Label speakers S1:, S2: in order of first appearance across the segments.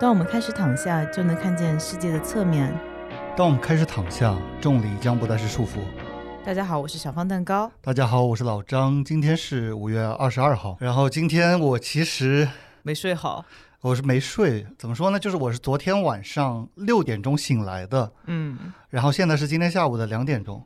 S1: 当我们开始躺下，就能看见世界的侧面。
S2: 当我们开始躺下，重力将不再是束缚。
S1: 大家好，我是小方蛋糕。
S2: 大家好，我是老张，今天是五月二十二号。然后今天我其实
S1: 没睡好，
S2: 我是没睡，怎么说呢？就是我是昨天晚上六点钟醒来的，
S1: 嗯，
S2: 然后现在是今天下午的两点钟，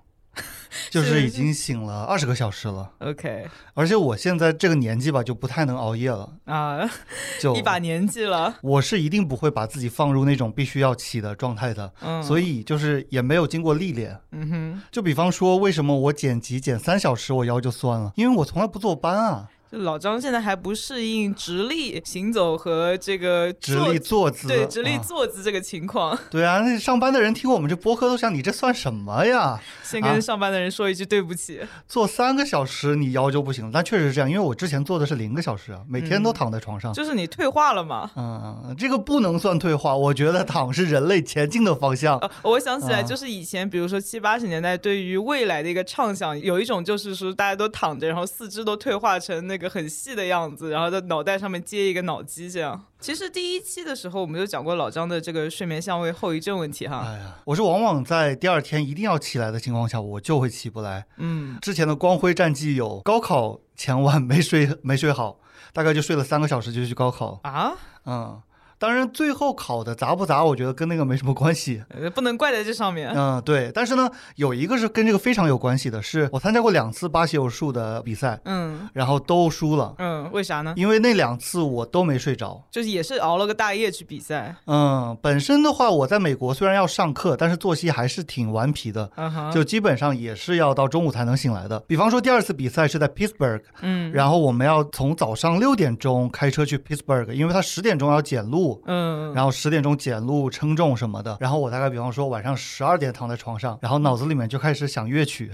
S2: 就是已经醒了二十个小时了。
S1: ，OK
S2: 而且我现在这个年纪吧，就不太能熬夜了，
S1: 啊，
S2: 就
S1: 一把年纪了，
S2: 我是一定不会把自己放入那种必须要起的状态的，
S1: 嗯，
S2: 所
S1: 以，
S2: 以就是也没有经过历练。
S1: 嗯哼，
S2: 就比方说，为什么我剪辑剪三小时我腰就酸了？因为我从来不坐班啊，
S1: 就老张现在还不适应直立行走和这个
S2: 直
S1: 坐
S2: 立坐姿。
S1: 对直立
S2: 啊
S1: 坐姿这个情况。
S2: 对啊，那上班的人听我们这播客都想你这算什么呀？
S1: 先
S2: 啊
S1: 跟上班的人说一句对不起。
S2: 坐三个小时你腰就不行了，但确实是这样，因为我之前坐的是零个小时啊，每天都躺在床上。
S1: 就是你退化了嘛。
S2: 嗯，这个不能算退化，我觉得躺是人类前进的方向。
S1: 呃， 我想起来，
S2: 啊
S1: 就是以前，比如说七八十年代，对于未来的一个畅想，有一种就是说大家都躺着，然后四肢都退化成那个很细的样子，然后在脑袋上面接一个脑机这样。其实第一期的时候，我们就讲过老张的这个睡眠相位后遗症问题哈。
S2: 哎呀，我是往往在第二天一定要起来的情况下，我就会起不来。
S1: 嗯
S2: 之前的光辉战绩有高考前晚没睡没睡好，大概就睡了三个小时就去高考。
S1: 啊，
S2: 嗯，当然最后考的砸不砸，我觉得跟那个没什么关系。
S1: 呃不能怪在这上面。
S2: 嗯，对。但是呢，有一个是跟这个非常有关系的，是我参加过两次巴西柔术的比赛，
S1: 嗯
S2: 然后都输了，
S1: 嗯，为啥呢？
S2: 因为那两次我都没睡着。
S1: 就是也是熬了个大夜去比赛。
S2: 嗯，本身的话，我在美国虽然要上课，但是作息还是挺顽皮的。
S1: 嗯哼，
S2: 就基本上也是要到中午才能醒来的。比方说第二次比赛是在 Pittsburgh，
S1: 嗯
S2: 然后我们要从早上六点钟开车去 Pittsburgh，因为它十点钟要检录，
S1: 嗯，
S2: 然后十点钟检录称重什么的。然后我大概比方说晚上十二点躺在床上，然后脑子里面就开始想乐曲，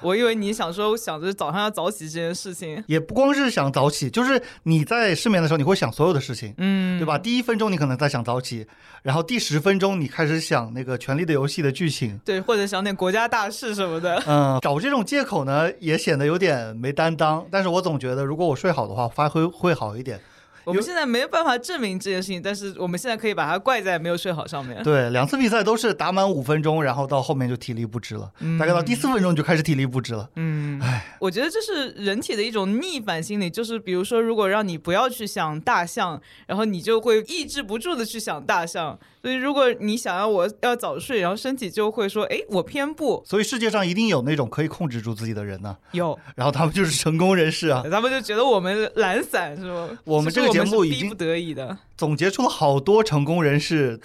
S1: 我以为你想说想着早上要早起这件事情。
S2: 也不光是想早起，就是你在失眠的时候你会想所有的事情。
S1: 嗯，
S2: 对吧？第一分钟你可能在想早起，然后第十分钟你开始想那个《权力的游戏》的剧情，
S1: 对，或者想点国家大事什么的。
S2: 嗯，找这种借口呢，也显得有点没担当。但是我总觉得，如果我睡好的话，发挥会好一点。
S1: 我们现在没有办法证明这件事情，但是我们现在可以把它怪在没有睡好上面。
S2: 对，两次比赛都是打满五分钟，然后到后面就体力不支了，大概到第四分钟就开始体力不支了。
S1: 嗯，我觉得这是人体的一种逆反心理，就是比如说，如果让你不要去想大象，然后你就会抑制不住的去想大象。所以，如果你想要我要早睡，然后身体就会说，诶，我偏不
S2: 所以世界上一定有那种可以控制住自己的人呢、
S1: 有，
S2: 然后他们就是成功人士 啊。
S1: 他们就觉得我们懒散是吗？
S2: 我们
S1: 其实
S2: 这个节
S1: 是
S2: 目已
S1: 逼
S2: 经
S1: 不得已的。
S2: 总结出了好多成功人士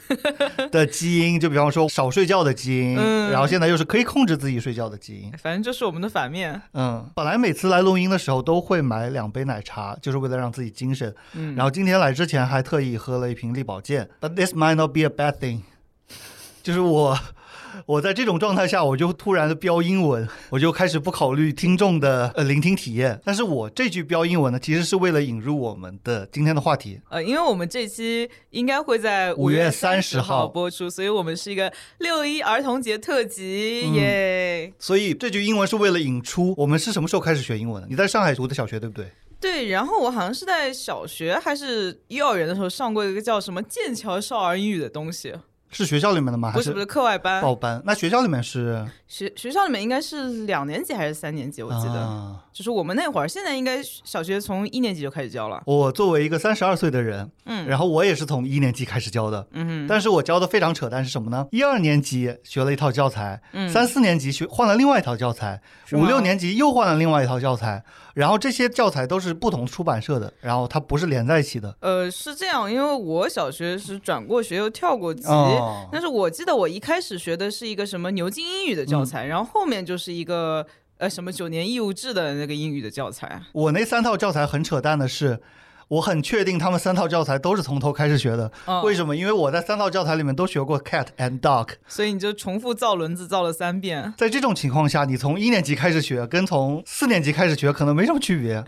S2: 的基因，就比方说少睡觉的基因，
S1: 嗯
S2: 然后现在又是可以控制自己睡觉的基因。
S1: 反正就是我们的反面，
S2: 嗯，本来每次来录音的时候都会买两杯奶茶，就是为了让自己精神。
S1: 嗯
S2: 然后今天来之前还特意喝了一瓶力保健，But this might not be a bad thing。就是我，我在这种状态下，我就突然的飙英文，我就开始不考虑听众的呃聆听体验。但是我这句飙英文呢，其实是为了引入我们的今天的话题。
S1: 呃，因为我们这期应该会在
S2: 5
S1: 月
S2: 月
S1: 十
S2: 30号
S1: 播出，所以我们是一个六一儿童节特辑，
S2: 嗯
S1: 耶！
S2: 所以这句英文是为了引出我们是什么时候开始学英文的？你在上海读的小学对不对？
S1: 对，然后我好像是在小学还是幼儿园的时候上过一个叫什么剑桥少儿英语的东西，
S2: 是学校里面的吗？还
S1: 不是不
S2: 啊是
S1: 是课外班，
S2: 报班？那学校里面是？
S1: 学学校里面应该是两年级还是三年级，我记得，
S2: 啊
S1: 就是我们那会儿，现在应该小学从一年级就开始教了，
S2: 我作为一个三十二岁的人，
S1: 嗯
S2: 然后我也是从一年级开始教的，
S1: 嗯
S2: 但是我教的非常扯淡是什么呢？一二年级学了一套教材，
S1: 嗯
S2: 三四年级学换了另外一套教材，
S1: 是吗
S2: 五六年级又换了另外一套教材，然后这些教材都是不同出版社的，然后它不是连在一起的。
S1: 呃，是这样，因为我小学是转过学又跳过级，
S2: 哦
S1: 但是我记得我一开始学的是一个什么牛津英语的
S2: 嗯
S1: 教材，然后后面就是一个呃什么九年义务制的那个英语的教材。
S2: 我那三套教材很扯淡的是。我很确定他们三套教材都是从头开始学的，
S1: 哦
S2: 为什么？因为我在三套教材里面都学过 cat and dog，
S1: 所以你就重复造轮子造了三遍，
S2: 在这种情况下，你从一年级开始学，跟从四年级开始学可能没什么区别。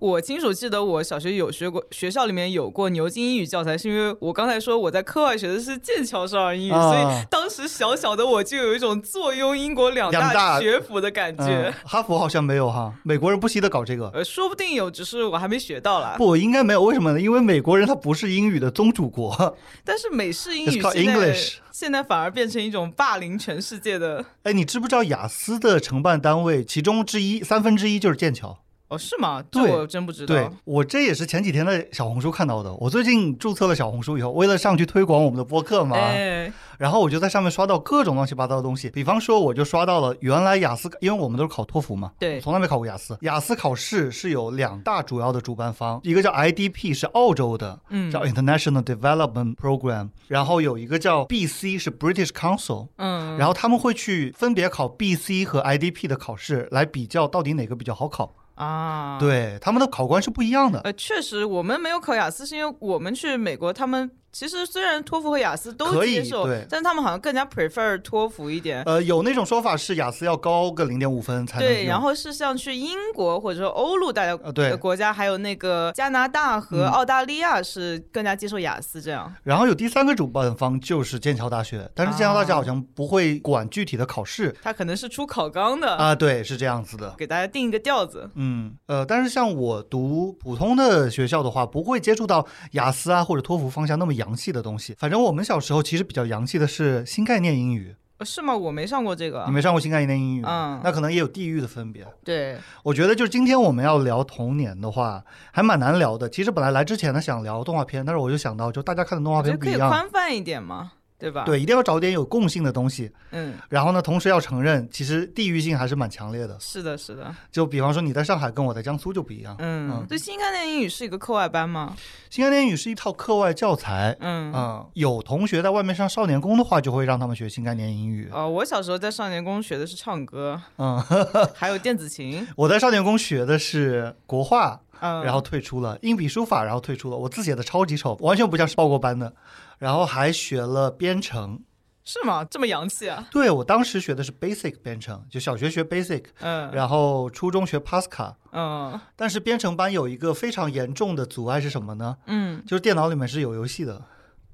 S1: 我清楚记得我小学有学过，学校里面有过牛津英语教材，是因为我刚才说我在课外学的是剑桥少儿英语，
S2: 啊
S1: 所以当时小小的我就有一种坐拥英国两
S2: 两大
S1: 学府的感觉
S2: 嗯。，哈佛好像没有哈，美国人不惜的搞这个。
S1: 呃，说不定有，只是我还没学到啦。
S2: 不，应该没有，为什么呢？因为美国人他不是英语的宗主国。
S1: 但是美式英
S2: It's
S1: 语
S2: called
S1: 现在
S2: English
S1: 现在反而变成一种霸凌全世界的
S2: 哎，你知不知道雅思的承办单位其中之一三分之一就是剑桥？
S1: 哦，是吗？这
S2: 对
S1: 我真不知
S2: 对
S1: 道。
S2: 我这也是前几天在小红书看到的。我最近注册了小红书以后，为了上去推广我们的播客嘛，
S1: 哎，
S2: 然后我就在上面刷到各种乱七八糟的东西。比方说，我就刷到了原来雅思，因为我们都是考托福嘛，
S1: 对
S2: 我从来没考过雅思。雅思考试是有两大主要的主办方，一个叫 IDP 是澳洲的，
S1: 嗯
S2: 叫 International Development Program，然后有一个叫 BC 是 British Council。
S1: 嗯，
S2: 然后他们会去分别考 BC 和 IDP 的考试，来比较到底哪个比较好考。
S1: 啊，。
S2: 对，他们的考官是不一样的。
S1: 呃，确实，我们没有考雅思，是因为我们去美国，他们其实虽然托福和雅思都
S2: 可以
S1: 接受
S2: 对，
S1: 但他们好像更加 prefer 托福一点。
S2: 呃，有那种说法是雅思要高个零点五分才能
S1: 对，
S2: 用
S1: 然后是像去英国或者说欧陆大家
S2: 呃对嗯
S1: 的国家，还有那个加拿大和澳大利亚是更加接受雅思这样。
S2: 然后有第三个主办方就是剑桥大学，但是剑桥大学
S1: 啊
S2: 好像不会管具体的考试
S1: 它可能是出考纲
S2: 啊
S1: 的，
S2: 对，是这样子的。
S1: 给大家定一个调子。
S2: 嗯，呃，但是像我读普通的学校的话，不会接触到雅思啊或者托福方向那么洋气的东西。反正我们小时候其实比较洋气的是新概念英语，
S1: 呃是吗？我没上过这个
S2: 你。没上过新概念英语，
S1: 啊嗯
S2: 那可能也有地域的分别。
S1: 对，
S2: 我觉得就是今天我们要聊童年的话，还蛮难聊的。其实本来来之前呢想聊动画片，但是我就想到，就大家看的动画
S1: 我觉
S2: 片
S1: 得
S2: 不
S1: 可
S2: 一
S1: 以
S2: 样，
S1: 宽泛一点嘛，对吧？，
S2: 对，一定要找点有共性的东西。
S1: 嗯，
S2: 然后呢，同时要承认，其实地域性还是蛮强烈的。
S1: 是的，是的，
S2: 就比方说你在上海跟我在江苏就不一样。嗯
S1: 嗯。对，新概念英语是一个课外班吗？
S2: 新概念英语是一套课外教材，
S1: 嗯
S2: 嗯，有同学在外面上少年宫的话，就会让他们学新概念英语。
S1: 哦，我小时候在少年宫学的是唱歌，
S2: 嗯，
S1: 还有电子琴，
S2: 我在少年宫学的是国画，
S1: 嗯，
S2: 然后退出了硬笔书法，然后退出了。我字写的超级丑，完全不像是报过班的。然后还学了编程，
S1: 是吗？这么洋气啊？
S2: 对我当时学的是 Basic 编程，就小学学 Basic，
S1: 嗯
S2: 然后初中学 Pascal。
S1: 嗯
S2: 但是编程班有一个非常严重的阻碍是什么呢？
S1: 嗯，
S2: 就是电脑里面是有游戏的，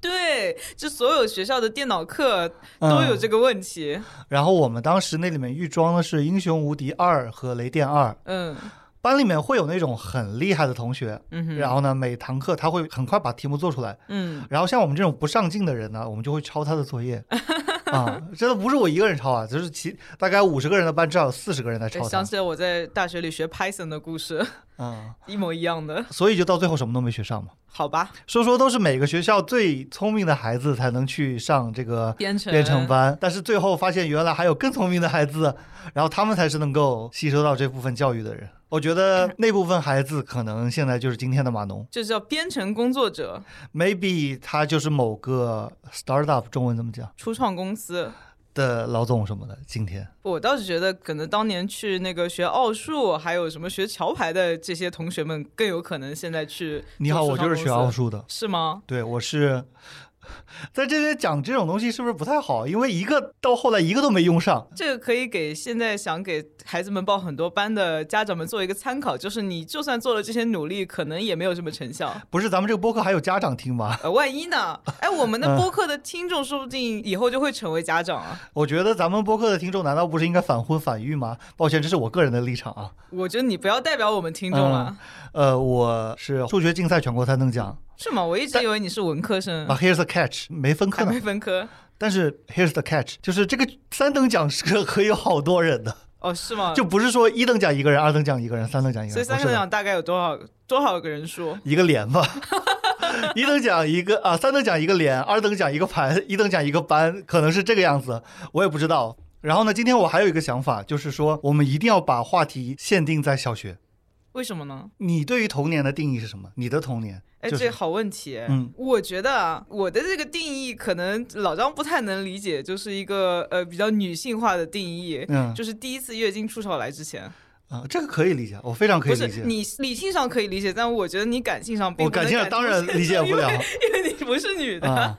S1: 对，就所有学校的电脑课都有这个问题。
S2: 嗯。然后我们当时那里面预装的是《英雄无敌二》和《雷电二》，
S1: 嗯
S2: 班里面会有那种很厉害的同学，
S1: 嗯哼
S2: 然后呢，每堂课他会很快把题目做出来。
S1: 嗯，
S2: 然后像我们这种不上进的人呢，我们就会抄他的 作业啊、真的不是我一个人抄啊，就是其大概五十个人的班，至少有四十个人在
S1: 对
S2: 抄他
S1: 哎想起了我在大学里学 Python 的故事，
S2: 啊、
S1: 一模一样的。
S2: 所以就到最后什么都没学上嘛。
S1: 好吧，
S2: 说说都是每个学校最聪明的孩子才能去上这个
S1: 编程
S2: 编程班，但是最后发现原来还有更聪明的孩子，然后他们才是能够吸收到这部分教育的人。我觉得那部分孩子可能现在就是今天的码农
S1: 就叫编程工作者、
S2: ，maybe 他就是某个 startup 中文怎么讲
S1: 初创公司。
S2: 的老总什么的。今天
S1: 我倒是觉得，可能当年去那个学奥数，还有什么学桥牌的这些同学们，更有可能现在去。
S2: 你好，我就是学奥，数的，
S1: 是吗？
S2: 对我是。在这边讲这种东西是不是不太好？因为一个到后来一个都没用上，
S1: 这个可以给现在想给孩子们报很多班的家长们做一个参考，就是你就算做了这些努力，可能也没有什么成 效。
S2: 不是咱们这个播客还有家长听吗？
S1: 呃，万一呢？哎，我们
S2: 嗯
S1: 的播客的听众说不定以后就会成为家长啊！
S2: 我觉得咱们播客的听众难道不是应该反婚反育吗？抱歉，这是我个人的立场啊。
S1: 我觉得你不要代表我们听众啊了，
S2: 呃，我是数学竞赛全国三等奖、
S1: 是吗？我一直以为你是文科生，
S2: 啊。Here's the catch，没分科
S1: 嗯还
S2: 呢
S1: 没。分科。
S2: 但是 Here's the catch，就是这个三等奖是可可以有好多人的，
S1: 哦，是吗？
S2: 就不是说一等奖一个人，二等奖一个人，三等奖一个
S1: 所以
S2: 人，
S1: 三
S2: 哎不
S1: 个
S2: 是的
S1: 奖大概有多少多少个人数？
S2: 一个连吧。 一等奖一个啊，三等奖一个连，二等奖一个盘，一等奖一个班，可能是这个样子，我也不知道。然后呢，今天我还有一个想法，就是说我们一定要把话题限定在小学。
S1: 为什么呢？
S2: 你对于童年的定义是什么？你的童年？
S1: 哎，
S2: 就是
S1: 这好问题。
S2: 嗯，
S1: 我觉得啊，我的这个定义可能老张不太能理解，就是一个呃比较女性化的定义，
S2: 嗯
S1: 就是第一次月经初潮来之前，
S2: 啊、这个可以理解，我非常可以
S1: 不
S2: 理
S1: 是
S2: 解。
S1: 你理性上可以理解，但我觉得你感性上并
S2: 我
S1: 不能
S2: 感性上当然理解不了 啊
S1: 因为你不是女的。
S2: 啊、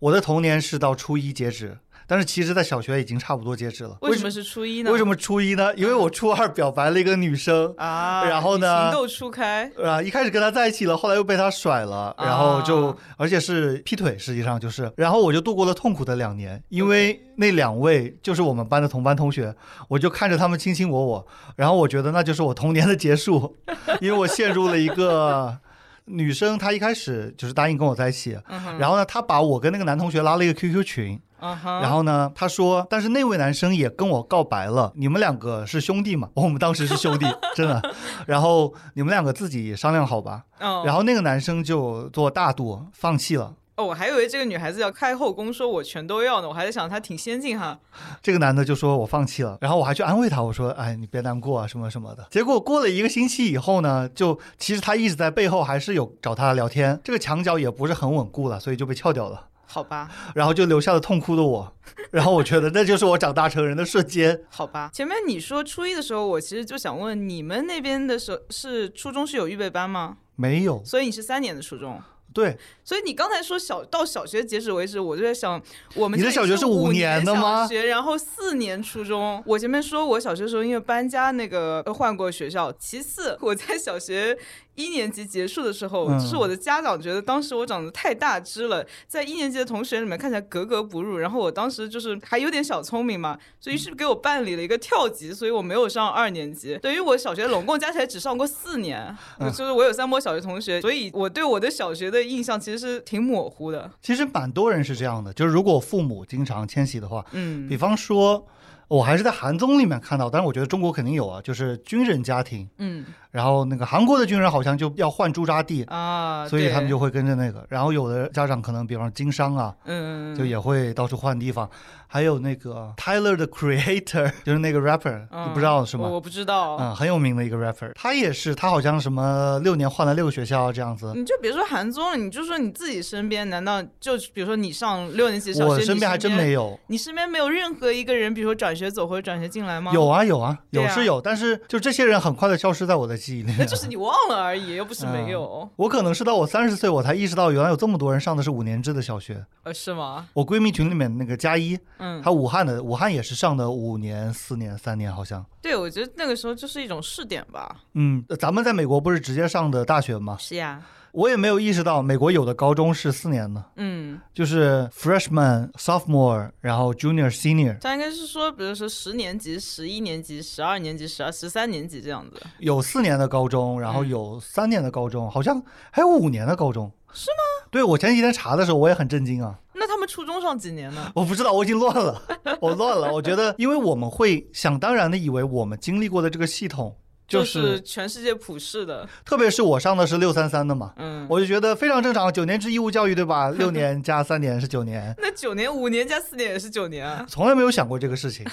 S2: 我的童年是到初一截止，但是其实，在小学已经差不多截止了。
S1: 为什么是初一呢？
S2: 为什么初一呢？因为我初二表白了一个女生，
S1: 啊？
S2: 然后呢
S1: 情窦初开，
S2: 啊，一开始跟他在一起了，后来又被他甩了，然后就、
S1: 啊
S2: 而且是劈腿，实际上就是，然后我就度过了痛苦的两年，因为那两位就是我们班的同班同学，我就看着他们卿卿我我，然后我觉得那就是我童年的结束，因为我陷入了一个。女生她一开始就是答应跟我在一起，
S1: 嗯哼，
S2: 然后呢，她把我跟那个男同学拉了一个 QQ 群，
S1: 嗯哼，
S2: 然后呢，她说，但是那位男生也跟我告白了，你们两个是兄弟嘛？ 我们当时是兄 弟，真的。然后你们两个自己商量好吧。
S1: 哦，
S2: 然后那个男生就做大度，放弃了。
S1: 哦，我还以为这个女孩子要开后宫，说我全都要呢，我还在想她挺先进哈。
S2: 这个男的就说我放弃了，然后我还去安慰他，我说：“哎，你别难过啊，什么什么的。”结果过了一个星期以后呢，就其实他一直在背后还是有找他聊天，这个墙角也不是很稳固了，所以就被撬掉了。
S1: 好吧，
S2: 然后就留下了痛哭的我， 然后我觉得那就是我长大成人的瞬间。
S1: 好吧。前面你说初一的时候，我其实就想问，你们那边的时候是初中是有预备班吗？
S2: 没有，
S1: 所以你是三年的初中，
S2: 对，
S1: 所以你刚才说小到小学截止为止，我就在想，我们
S2: 你
S1: 这
S2: 的
S1: 里
S2: 小学是
S1: 是
S2: 五
S1: 年
S2: 年的吗
S1: 小学然后四年初中。我前面说我小学的时候因为搬家那个呃换过学校，其次我在小学。一年级结束的时候，
S2: 嗯
S1: 就是我的家长觉得当时我长得太大只了，在一年级的同学里面看起来格格不入，然后我当时就是还有点小聪明嘛，所以是给我办理了一个跳级，所以我没有上二年级。对于我小学拢共加起来只上过四年，
S2: 嗯
S1: 就是我有三波小学同学，所以我对我的小学的印象其实是挺模糊的。
S2: 其实蛮多人是这样的，就是如果父母经常迁徙的话，
S1: 嗯
S2: 比方说，我还是在韩综里面看到，但是我觉得中国肯定有啊，就是军人家庭，
S1: 嗯
S2: 然后那个韩国的军人好像就要换驻扎地，
S1: 啊，
S2: 所以他们
S1: 对
S2: 就会跟着那个。然后有的家长可能，比方说经商啊，
S1: 嗯
S2: 就也会到处换地方。还有那个 Tyler 的 Creator，就是那个 rapper，
S1: 嗯
S2: 你不知道是
S1: 我
S2: 吗？
S1: 我不知道。
S2: 嗯，很有名的一个 rapper，他也是，他好像什么六年换了六个学校这样子。
S1: 你就别说韩综了，你就说你自己身边，难道就比如说你上六年级小学，
S2: 我
S1: 你
S2: 身边还真没有，
S1: 你身边没有任何一个人，比如说转学走或者转学进来吗？
S2: 有，啊有啊
S1: 对
S2: 有
S1: 啊
S2: 是有，但是就这些人很快的消失在我的记忆里
S1: 那
S2: 面。
S1: 就是你忘了而已，又不是没有，
S2: 我可能是到我三十岁，我才意识到原来有这么多人上的是五年制的小学。
S1: 呃，是吗？
S2: 我闺蜜群里面那个加一，
S1: 嗯，
S2: 她武汉的，武汉也是上的五年、四年、三年，好像。
S1: 对，我觉得那个时候就是一种试点吧。
S2: 嗯，咱们在美国不是直接上的大学吗？
S1: 是呀，
S2: 我也没有意识到美国有的高中是四年的，
S1: 嗯，
S2: 就是 freshman、sophomore，然后 junior、senior，
S1: 他应该是说，比如说十年级、十一年级、十二年级、十二、十三年级这样子，
S2: 有四年的高中，然后
S1: 嗯
S2: 有三年的高中，好像还有五年的高中。
S1: 是
S2: 吗？对，我前几天查的时候，我也很震惊啊。
S1: 那他们初中上几年呢？
S2: 我不知道，我已经乱了， 我乱了。我觉得，因为我们会想当然的以为我们经历过的这个系统，就
S1: 就是全世界普世的，
S2: 特别是我上的是六三三的嘛，
S1: 嗯。
S2: 我就觉得非常正常，九年制义务教育对吧？ 六年加三年是九年。
S1: 那九年五年加四年也是九年啊，
S2: 从来没有想过这个 事情，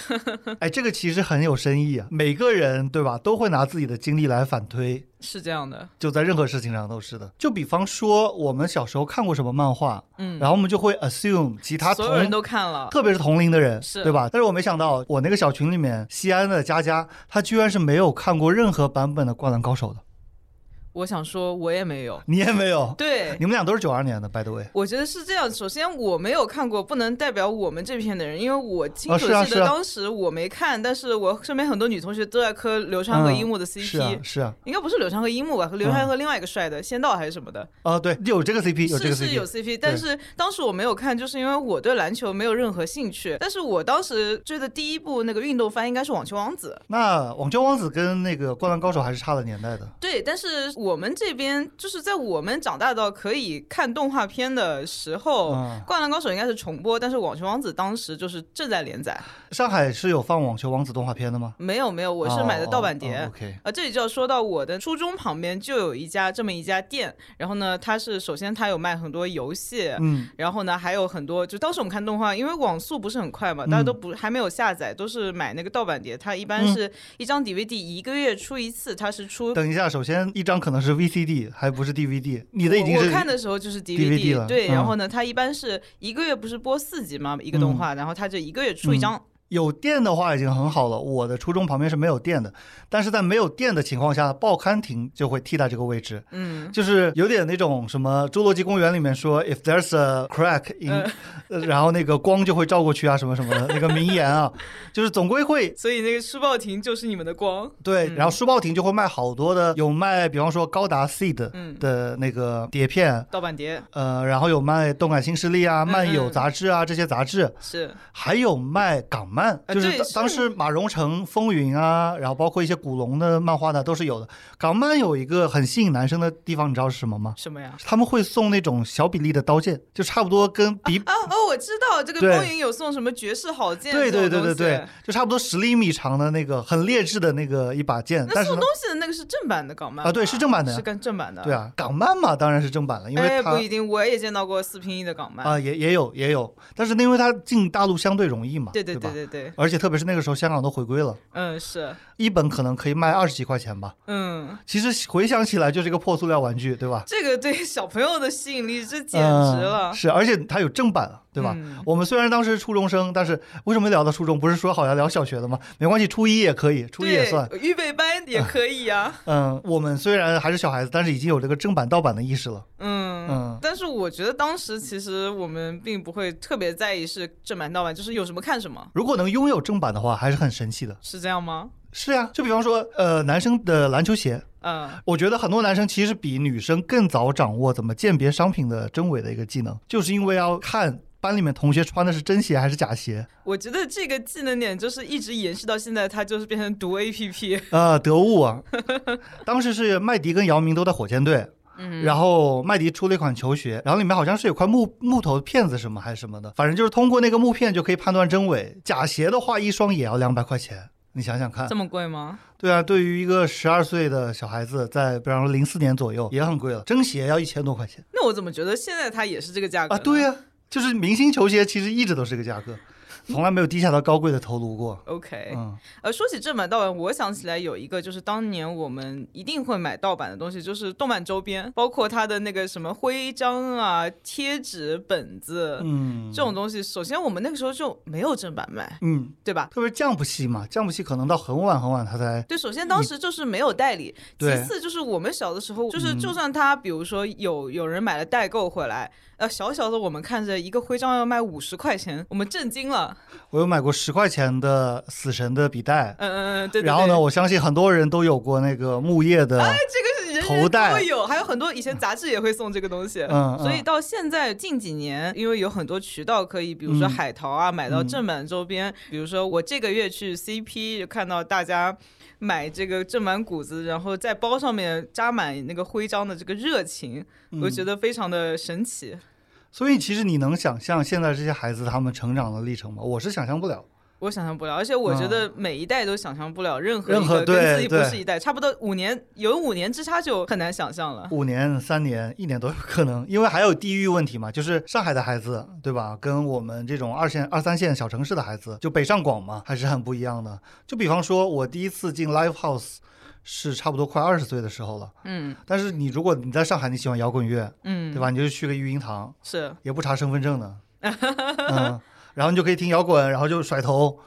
S2: 哎，这个其实很有深意啊。每个人对吧，都会拿自己的经历来反推，
S1: 是这样的，
S2: 就在任何事情上都是的。就比方说，我们小时候看过什么漫画，
S1: 嗯，
S2: 然后我们就会 assume 其他
S1: 所
S2: 同
S1: 有人都看了，
S2: 特别是同龄的人，
S1: 是
S2: 对吧？但是我没想到，我那个小群里面，西安的佳佳，她居然是没有看过任何版本的《灌篮高手》的，
S1: 我想说，我也没有，
S2: 你也没有，
S1: 对，
S2: 你们俩都是九二年的，by the way。
S1: 我觉得是这样。首先，我没有看过，不能代表我们这片的人，因为我清
S2: 啊
S1: 楚
S2: 是啊
S1: 记
S2: 是
S1: 得
S2: 啊
S1: 当时我没看，但是我身边很多女同学都在磕刘川和樱木的
S2: 是啊
S1: CP，、，
S2: 是啊，
S1: 应该不是刘川和樱木吧？和刘川和另外一个帅的仙道还是什么的，
S2: 哦，对，有这个 CP，有这
S1: 是
S2: 个
S1: 是有
S2: CP，
S1: CP，但是当时我没有看，就是因为我对篮球没有任何兴趣。但是我当时追的第一部那个运动番应该是《网球王子》。
S2: 那《网球王子》跟那个《灌篮高手》还是差了年代的。
S1: 对，但是我们这边就是在我们长大到可以看动画片的时候，
S2: 嗯
S1: 灌篮高手》应该是重播，但是《网球王子》当时就是正在连载。
S2: 上海是有放《网球王子》动画片的吗？
S1: 没有没有，我是买的盗版碟。
S2: 哦哦哦 OK，
S1: 啊，这里就要说到我的初中旁边就有一家这么一家店，然后呢，它是首先它有卖很多游戏，
S2: 嗯，
S1: 然后呢还有很多，就当时我们看动画，因为网速不是很快
S2: 嗯
S1: 嘛，大家都不还没有下载，都是买那个盗版碟，它一
S2: 嗯
S1: 般是一张 DVD 一个月出一次，它是出
S2: 等一下，首先一张可能是 VCD，还不是 DVD，你的已经
S1: 我
S2: 是
S1: 我看的时候就是
S2: DVD 了
S1: 对，
S2: 嗯嗯
S1: 然后呢，它一般是一个月不是播四集嘛，一个动画，然后它就一个月出一张。
S2: 一有电的话已经很好了。我的初中旁边是没有电的，但是在没有电的情况下，报刊亭就会替代这个位置，
S1: 嗯，
S2: 就是有点那种什么《侏罗纪公园》里面说 “If there's a crack
S1: 嗯
S2: in”，、然呃后那个光就会照过去啊，什么什么的那个名 言啊，就是总归会
S1: 所以那个书报亭就是你们的光，
S2: 对，
S1: 嗯
S2: 然后书报亭就会卖好多的，有卖比方说高达 seed
S1: 嗯
S2: 的那个碟片，
S1: 盗版碟
S2: 呃，然后有卖动感新势力啊、
S1: 嗯
S2: 漫友
S1: 嗯
S2: 杂志啊这些杂志，
S1: 是
S2: 还有卖港漫，
S1: 啊
S2: 就是
S1: 对
S2: 当
S1: 是
S2: 当时马荣成、风云啊，然后包括一些古龙的漫画呢都是有的。港漫有一个很吸引男生的地方，你知道是什么吗？
S1: 什么呀？
S2: 他们会送那种小比例的刀剑，就差不多跟比
S1: 啊哦，我知道这个
S2: 对
S1: 风云有送什么绝世好剑，
S2: 对对对对对，，就差不多十厘米长的那个很劣质的那个一把剑，
S1: 那
S2: 但是
S1: 送
S2: 呢
S1: 东西的那个是正版的港漫
S2: 啊对
S1: 吧
S2: 是正版的呀
S1: 是跟正版的，
S2: 对啊，港漫嘛当然是正版了，因为
S1: 哎，
S2: 它
S1: 不一定，我也见到过四拼一的港漫。
S2: 啊、也也有也有，但是因为它进大陆相对容易嘛，
S1: 对对
S2: 吧
S1: 对？对对，
S2: 而且特别是那个时候香港都回归了，
S1: 嗯是，
S2: 一本可能可以卖二十几块钱吧。
S1: 嗯，
S2: 其实回想起来就是一个破塑料玩具，对吧？
S1: 这个对小朋友的吸引力这简
S2: 嗯
S1: 直了，
S2: 是，而且它有正版啊，对吧？
S1: 嗯
S2: 我们虽然当时初中生，但是为什么聊到初中？不是说好像聊小学的吗？没关系，初一也可以，初一也
S1: 对，
S2: 算。
S1: 预备班也可以啊呀、
S2: 嗯，我们虽然还是小孩子，但是已经有这个正版盗版的意识了。
S1: 嗯
S2: 嗯
S1: 但是我觉得当时其实我们并不会特别在意是正版盗版，就是有什么看什么，
S2: 如果能拥有正版的话，还是很神奇的。
S1: 是这样吗？
S2: 是呀、就比方说，呃，男生的篮球鞋，
S1: 嗯，
S2: 我觉得很多男生其实比女生更早掌握怎么鉴别商品的真伪的一个技能，就是因为要看班里面同学穿的是真鞋还是假鞋。
S1: 我觉得这个技能点就是一直延续到现在，它就是变成读 A P P。
S2: 呃，得 物啊，当时是麦迪跟姚明都在火箭队。
S1: 嗯
S2: 然后麦迪出了一款球鞋，然后里面好像是有块木木头片子什么还是什么的，反正就是通过那个木片就可以判断真伪。假鞋的话，一双也要两百块钱，你想想看
S1: 这。么贵吗？
S2: 对啊，对于一个十二岁的小孩子，在比方说零四年左右也很贵了，真鞋要一千多块钱。
S1: 那我怎么觉得现在它也是这个价格
S2: 啊，对
S1: 呀、
S2: 呀、就是明星球鞋其实一直都是这个价格，
S1: 嗯
S2: 从来没有低下到高贵的头颅过。
S1: OK，、
S2: 嗯，
S1: 呃，说起正版盗版，我想起来有一个，就是当年我们一定会买盗版的东西，就是动漫周边，包括它的那个什么徽章啊、贴纸、本子，
S2: 嗯
S1: 这种东西，首先我们那个时候就没有正版卖，
S2: 嗯，
S1: 对吧？
S2: 特别是 Jump 系嘛，Jump 系可能到很晚很晚他才
S1: 对，首先当时就是没有代理，其
S2: 对嗯
S1: 次就是我们小的时候，就是就算他比如说有有人买了代购回来，呃，小小的我们看着一个徽章要卖五十块钱，我们震惊了，
S2: 我有买过十块钱的死神的笔袋，
S1: 嗯嗯嗯，对对对。啊
S2: 然后呢，？我相信很多人都有过那个木叶的，
S1: 这个是人
S2: 头
S1: 人
S2: 戴
S1: 都有，还有很多以前杂志也会送这个东西。
S2: 嗯，
S1: 所以
S2: 嗯
S1: 到现在近几年，因为有很多渠道可以，比如说
S2: 嗯
S1: 海淘啊，买到
S2: 嗯
S1: 正版周边。比如说我这个月去 CP 就看到大家买这个正版谷子，然后在包上面扎满那个徽章的这个热情，我觉得非常的神奇。
S2: 所以其实你能想象现在这些孩子他们成长的历程吗？我是想象不了。
S1: 我想象不了，而且我觉得每一代都想象不了任何
S2: 嗯任
S1: 一
S2: 何
S1: 个跟自己
S2: 对
S1: 不
S2: 对
S1: 是一代，差不多五年有五年之差就很难想象了。
S2: 五年、三年、一年都有可能，因为还有地域问题嘛，就是上海的孩子，对吧？跟我们这种二线、二三线小城市的孩子，就北上广嘛，还是很不一样的。就比方说，我第一次进 live house 是差不多快二十岁的时候了，
S1: 嗯
S2: 但是你如果你在上海，你喜欢摇滚乐，
S1: 嗯，
S2: 对吧？你就去个育婴堂，
S1: 是
S2: 也不查身份证的， 嗯，然后你就可以听摇滚，然后就甩头。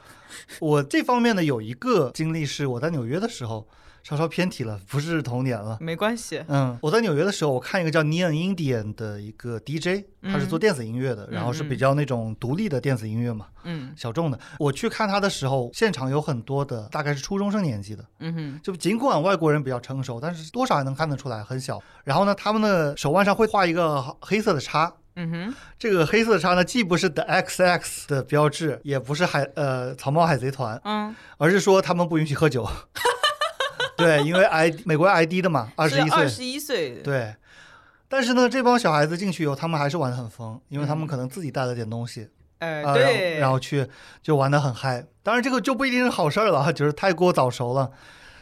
S2: 我这方面的有一个经历是，我在纽约的时候，稍稍偏题了，不是童年了。
S1: 没关系。
S2: 嗯，我在纽约的时候，我看一个叫 Neon Indian 的一个 DJ，他是做电子音乐的，
S1: 嗯
S2: 然后是比较那种独立的电子音乐嘛，
S1: 嗯
S2: 小众的。我去看他的时候，现场有很多的大概是初中生年纪的，
S1: 嗯哼
S2: 就尽管外国人比较成熟，但是多少还能看得出来很小。然后呢，他们的手腕上会画一个黑色的叉。
S1: 嗯哼。
S2: 这个黑色的叉呢，既不是 The XX 的标志，也不是海呃草帽海贼团，
S1: 嗯，
S2: 而是说他们不允许 喝酒。对，因为 I 美国 ID 的嘛，二十
S1: 是
S2: 一岁
S1: 二，十一岁，
S2: 对，但是呢，这帮小孩子进去以后，他们还是玩得很疯，因为他们可能自己带了点东西，
S1: 哎、
S2: 啊，然后
S1: 对，
S2: 然后去就玩得很嗨。当然，这个就不一定是好事儿了， 就是太过早熟了。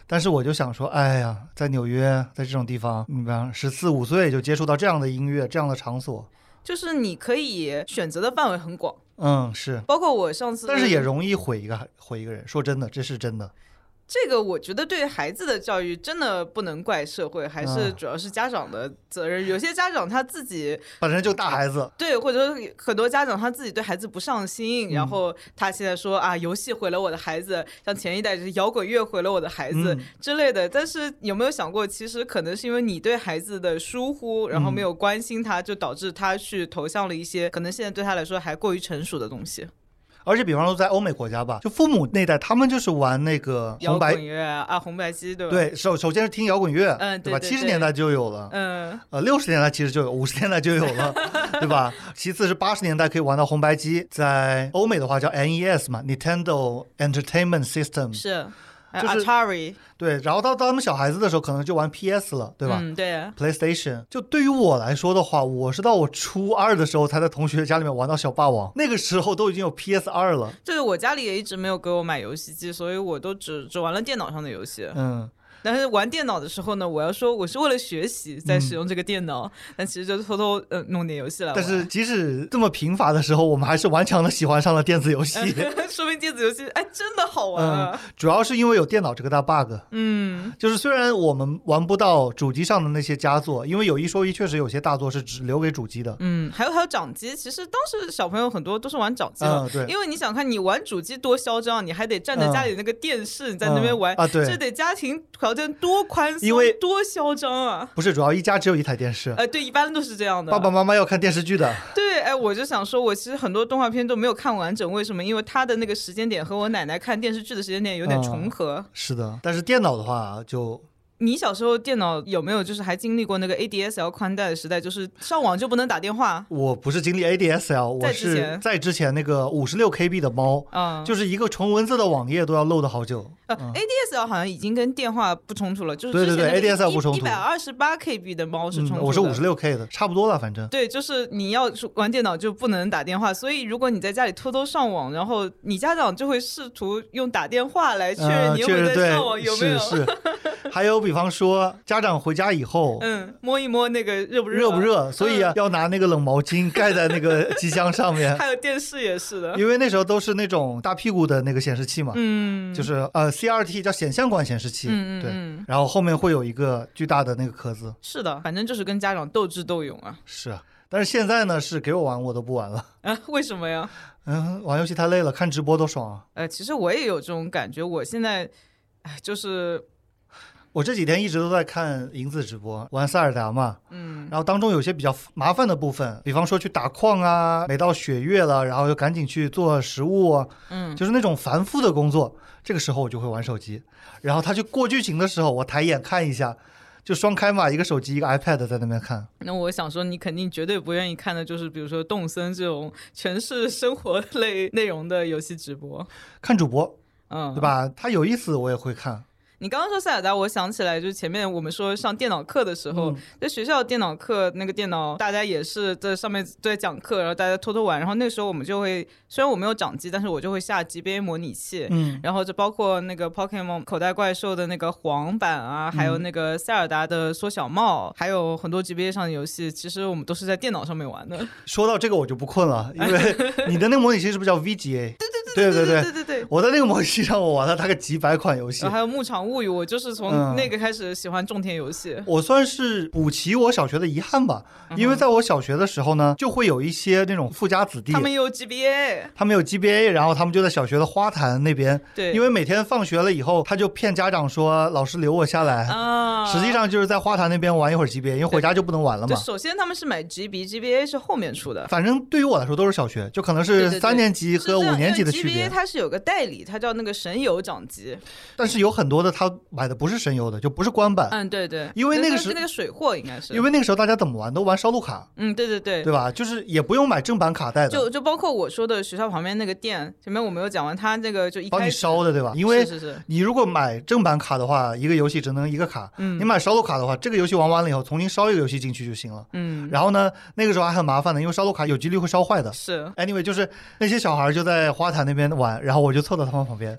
S2: 但是我就想说，哎呀，在纽约，在这种地方，你比方十四五岁就接触到这样的音乐，这样的场所，
S1: 就是你可以选择的范围很广，
S2: 嗯，是，
S1: 包括我上次，
S2: 但是也容易毁一个毁一个人。说真的，这是真的。
S1: 这个我觉得对孩子的教育真的不能怪社会，还是
S2: 啊
S1: 主要是家长的责任。有些家长他自己
S2: 本身就大孩子，
S1: 对，或者说很多家长他自己对孩子不上心，
S2: 嗯
S1: 然后他现在说啊，游戏毁了我的孩子，像前一代就是摇滚乐毁了我的孩子
S2: 嗯
S1: 之类的。但是有没有想过，其实可能是因为你对孩子的疏忽，然后
S2: 嗯
S1: 没有关心他，就导致他去投向了一些可能现在对他来说还过于成熟的东西，
S2: 而且比方说在欧美国家吧，就父母那代他们就是玩那个
S1: 摇
S2: 红白
S1: 滚，乐啊，啊红白机，对吧？，
S2: 对，首首先是听摇滚乐，
S1: 嗯
S2: 对吧？
S1: 对对
S2: 七十年代就有了。
S1: 嗯，
S2: 呃，六十年代其实就有，五十年代就有 了，对吧？其次是八十年代可以玩到红白机，在欧美的话叫 NES 嘛，Nintendo Entertainment System。
S1: 是。还有
S2: 嗯就是
S1: Atari，
S2: 对，然后到到他们小孩子的时候，可能就玩 PS 了，对吧、
S1: 嗯，对，
S2: p l a y s t a t i o n 就对于我来说的话，我是到我初二的时候才在同学家里面玩到小霸王，那个时候都已经有 PS 二了。
S1: 就是我家里也一直没有给我买游戏机，所以我都只只玩了电脑上的游戏。
S2: 嗯，
S1: 但是玩电脑的时候呢，我要说我是为了学习
S2: 嗯
S1: 在使用这个电脑，但其实就偷偷呃弄点游戏来玩。
S2: 但是即使这么贫乏的时候，我们还是顽强的喜欢上了电子游戏。
S1: 说明电子游戏哎真的好玩
S2: 嗯
S1: 啊！，
S2: 主要是因为有电脑这个大 bug。
S1: 嗯
S2: 就是虽然我们玩不到主机上的那些佳作，因为有一说一，确实有些大作是只留给主机的。
S1: 嗯，还有还有掌机，其实当时小朋友很多都是玩掌机的。
S2: 嗯，对，嗯
S1: 因为你想看，你玩主机多嚣张，你还得站着家里那个电视，你在那边玩
S2: 嗯啊对
S1: 这得家庭条件多宽松，
S2: 因为
S1: 多嚣张啊！
S2: 不是主要一家只有一台电视，
S1: 呃，对，一般都是这样的。
S2: 爸爸妈妈要看电视剧的。
S1: 对，哎，我就想说，我其实很多动画片都没有看完整，为什么？因为他的那个时间点和我奶奶看电视剧的时间点有点
S2: 嗯
S1: 重合。
S2: 是的，但是电脑的话就
S1: 你小时候电脑有没有就是还经历过那个 ADSL 宽带的时代，就是上网就不能打电话？
S2: 我不是经历 ADSL，我
S1: 在之
S2: 是
S1: 前
S2: 在之前那个五十六 KB 的猫，
S1: 嗯，
S2: 就是一个纯文字的网页都要漏的好久。
S1: 呃、ADSL 好像已经跟电话不冲突了，就是
S2: 对对对，ADSL 不冲
S1: 一
S2: 突
S1: 百二十八 KB 的猫是冲突
S2: 嗯，
S1: 的、
S2: 我是五十。六 K 的，差不多了，反正。
S1: 对，就是你要玩电脑就不能打电话，所以如果你在家里偷偷上网，然后你家长就会试图用打电话来确认
S2: 嗯，
S1: 你有
S2: 确
S1: 没有
S2: 实
S1: 在
S2: 对
S1: 上网，，有没有？
S2: 是是。还有，比方说家长回家以后，
S1: 嗯，摸一摸那个热嗯不
S2: 热不热，所以啊，要拿那个冷毛巾盖在 那个机箱上面，
S1: 还有电视也是 的，
S2: 因为那时候都是那种大屁股的那个显示器嘛，
S1: 嗯，
S2: 就是是呃 CRT 叫显像管显示器，
S1: 嗯嗯
S2: 对，
S1: 嗯，
S2: 然后后面会有一个巨大的那个壳子，
S1: 是的，反正就是跟家长斗智斗勇啊，
S2: 是啊。但是现在呢，是给我玩我都不玩了，
S1: 啊，为什么呀？
S2: 嗯，玩游戏太累了，看直播多爽啊！
S1: 呃，其实我也有这种感觉，我现在，哎，就是，
S2: 我这几天一直都在看银子直播，玩塞尔达嘛，
S1: 嗯，
S2: 然后当中有些比较麻烦的部分，比方说去打矿啊，每到血月了，然后又赶紧去做食物啊，
S1: 嗯，
S2: 就是那种繁复的工作，这个时候我就会玩手机。然后他去过剧情的时候，我抬眼看一下，就双开嘛，一个手机一个 iPad 在那边看。
S1: 那我想说，你肯定绝对不愿意看的，就是比如说动森这种全是生活 类内容的游戏直播，
S2: 看主播，
S1: 嗯，
S2: 对？吧？他有意思，我也会看。
S1: 你刚刚说塞尔达，我想起来，就是前面我们说上电脑课的时候，
S2: 嗯
S1: 在学校电脑课那个电脑，大家也是在上面在讲课，然后大家偷偷玩。然后那个时候我们就会，虽然我没有掌机，但是我就会下 GBA 模拟器。
S2: 嗯，
S1: 然后就包括那个 Pokemon 口袋怪兽的那个黄版啊，还
S2: 嗯
S1: 有那个塞尔达的缩小帽，还有很多 GBA 上的游戏，其实我们都是在电脑上面玩的。
S2: 说到这个我就不困了，因为 你的那个模拟器是不是叫 VGA？对对对
S1: 对对对。
S2: 我在那个模拟器上我玩了大概几百款游戏
S1: 然后。还有《牧场物语》，我就是
S2: 嗯
S1: 从那个开始喜欢种田游戏。
S2: 我算是补齐我小学的遗憾吧，
S1: 嗯
S2: 因为在我小学的时候呢，就会有一些那种富家子弟
S1: 他，们有 GBA，
S2: 他们有 GBA，然后他们就在小学的花坛那边
S1: 对，
S2: 因为每天放学了以后，他就骗家长说老师留我下来，
S1: 啊，
S2: 实际上就是在花坛那边玩一会儿 GBA，因为回家就不能玩了
S1: 就
S2: 嘛。
S1: 首先他们是买 GB GBA 是后面出的，
S2: 反正对于我来说都是小学，就可能
S1: 对
S2: 是
S1: 对对
S2: 三年级和五年级的区
S1: GBA
S2: 别。
S1: 它是有个代理，它叫那个神游掌机。
S2: 但是有很多的他买的不是神游的，就不是官版，
S1: 嗯，对对，
S2: 啊因为那个
S1: 那
S2: 时
S1: 那个水货应该是，
S2: 因为那个时候大家怎么玩都玩烧录卡，
S1: 嗯，对对对。
S2: 对吧？就是也不用买正版卡带的，
S1: 就就包括我说的学校旁边那个店，前面我没有讲完，他那个就一
S2: 帮
S1: 开
S2: 哦你
S1: 始，
S2: 烧的，对吧？因为
S1: 是是是，
S2: 你如果买正版卡的话，一个游戏只能一个卡；你
S1: 嗯
S2: 买烧录卡的话，这个游戏玩完了以后，重新烧一个游戏进去就行了。
S1: 嗯，
S2: 然后呢，那个时候还很麻烦的，因为烧录卡有几率会烧坏的。
S1: 是
S2: Anyway，就是那些小孩就在花坛那边玩，然后我就凑到他们旁边，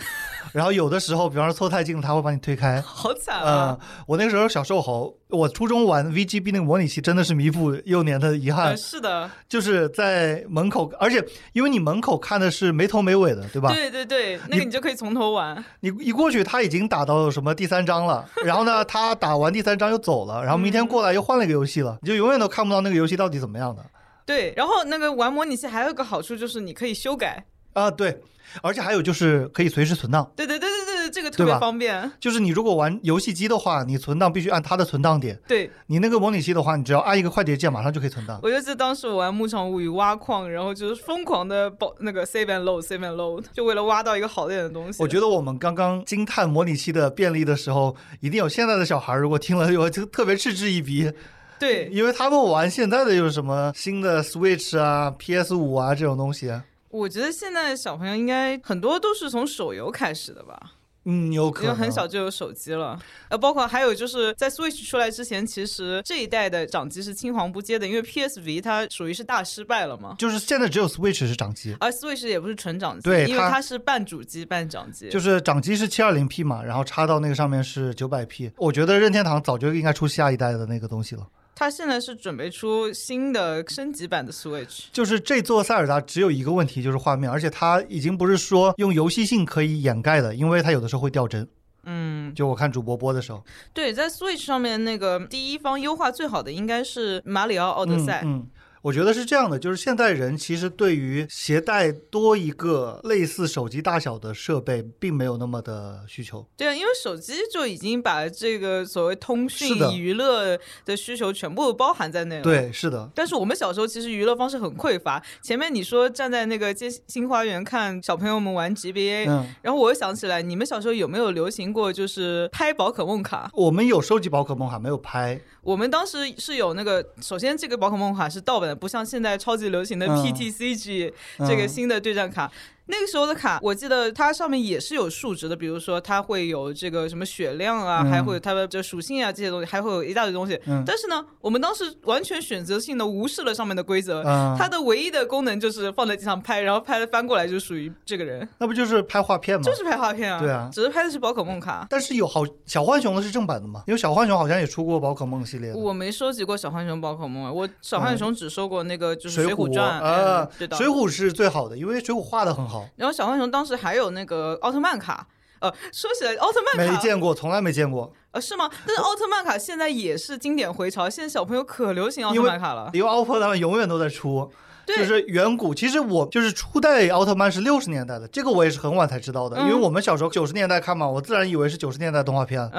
S2: 然后有的时候，比方说凑太近，他会把你推开。
S1: 好惨
S2: 嗯
S1: 啊！，
S2: 我那个时候小瘦猴，我初中玩 VGB 那个模拟器真的是弥补幼年的遗憾
S1: 呃，是的，
S2: 啊就是在门口，而且因为你门口看的是没头没尾的，对吧？
S1: 对对对，那个你就可以从头玩。
S2: 你一过去，他已经打到什么第三章了，然后呢，他打完第三章又走了，然后明天过来又换了一个游戏了，你就永远都看不到那个游戏到底怎么样的
S1: 对，然后那个玩模拟器还有一个好处就是你可以修改。
S2: 啊！对，而且还有就是可以随时存档，
S1: 对对对对对对，这个特
S2: 对
S1: 别
S2: 吧
S1: 方便。
S2: 就是你如果玩游戏机的话，你存档必须按它的存档点，
S1: 对，
S2: 你那个模拟器的话，你只要按一个快捷键，马上就可以存档。
S1: 我就记得当时我玩《牧场物语》挖矿，然后就是疯狂的保那个 save and load save and load，就为了挖到一个好点的东西。
S2: 我觉
S1: 得
S2: 得我们刚刚惊叹模拟器的便利的时候，一定有现在的小孩儿，如果听了 我就特别嗤之以鼻，
S1: 对
S2: 因为他们玩现在的有什么新的 Switch 啊、PS 五啊这种东西，
S1: 我觉得现在小朋友应该很多都是从手游开始的吧，
S2: 嗯，有
S1: 因
S2: 可
S1: 为
S2: 能
S1: 很小就有手机了。呃，包括还有就是在 Switch 出来之前，其实这一代的掌机是青黄不接的，因为 PSV 它属于是大失败了嘛。
S2: 就是现在只有 Switch 是掌机，
S1: 而 Switch 也不是纯掌机，
S2: 对
S1: 因为
S2: 它
S1: 它是半主机半掌机。
S2: 就是掌机是 720P 嘛，然后插到那个上面是 900P。我觉得任天堂早就应该出下一代的那个东西了。
S1: 它现在是准备出新的升级版的 Switch。
S2: 就是这座塞尔达只有一个问题，就是画面，而且它已经不是说用游戏性可以掩盖的，因为它有的时候会掉帧。
S1: 嗯，
S2: 就我看主播播的时候，
S1: 对，在 Switch 上面那个第一方优化最好的应该是马里奥奥德赛。
S2: 嗯。嗯我觉得是这样的，就是现在人其实对于携带多一个类似手机大小的设备，并没有那么的需求。
S1: 对啊，因为手机就已经把这个所谓通讯
S2: 是的、
S1: 娱乐的需求全部包含在内了。。
S2: 对，是的，
S1: 但是我们小时候其实娱乐方式很匮乏。前面你说站在那个街新花园看小朋友们玩 GBA，、
S2: 嗯，
S1: 然后我又想起来，你们小时候有没有流行过就是拍宝可梦卡？
S2: 我们有收集宝可梦卡，没有拍，
S1: 我们当时是有那个，首先这个宝可梦卡是盗版的，不像现在超级流行的
S2: 嗯
S1: PTCG、这 个
S2: 嗯
S1: 新的对战卡。那个时候的卡，我记得它上面也是有数值的，比如说它会有这个什么血量啊，
S2: 嗯
S1: 还会有它的这属性啊这些东西，还会有一大堆东西。
S2: 嗯
S1: 但是呢，我们当时完全选择性的无视了上面的规则，
S2: 嗯
S1: 它的唯一的功能就是放在地上拍，然后拍翻过来就属于这个人，
S2: 那不就是拍画片吗？
S1: 就是拍画片啊，
S2: 对啊
S1: 只是拍的是宝可梦卡。
S2: 但是有好小浣熊的是正版的嘛？因为小浣熊好像也出过宝可梦系列的。
S1: 我没收集过小浣熊宝可梦，啊，我小浣熊只收过那个就是《
S2: 嗯水
S1: 浒传》
S2: 啊，
S1: 嗯对的。
S2: 水浒是最好的，因为水浒画的很好，
S1: 然后小浣熊当时还有那个奥特曼卡，呃，说起来奥特曼
S2: 没
S1: 卡，
S2: 见过，从来没见过。
S1: 呃，是吗？但是奥特曼卡现在也是经典回潮，现在小朋友可流行奥特
S2: 因为
S1: 曼卡了。
S2: 因为 OPPO 他们永远都在出，
S1: 对
S2: 就是远古。其实我就是初代奥特曼是六十年代的，这个我也是很晚才知道的，
S1: 嗯
S2: 因为我们小时候九十年代看嘛，我自然以为是九十年代动画片，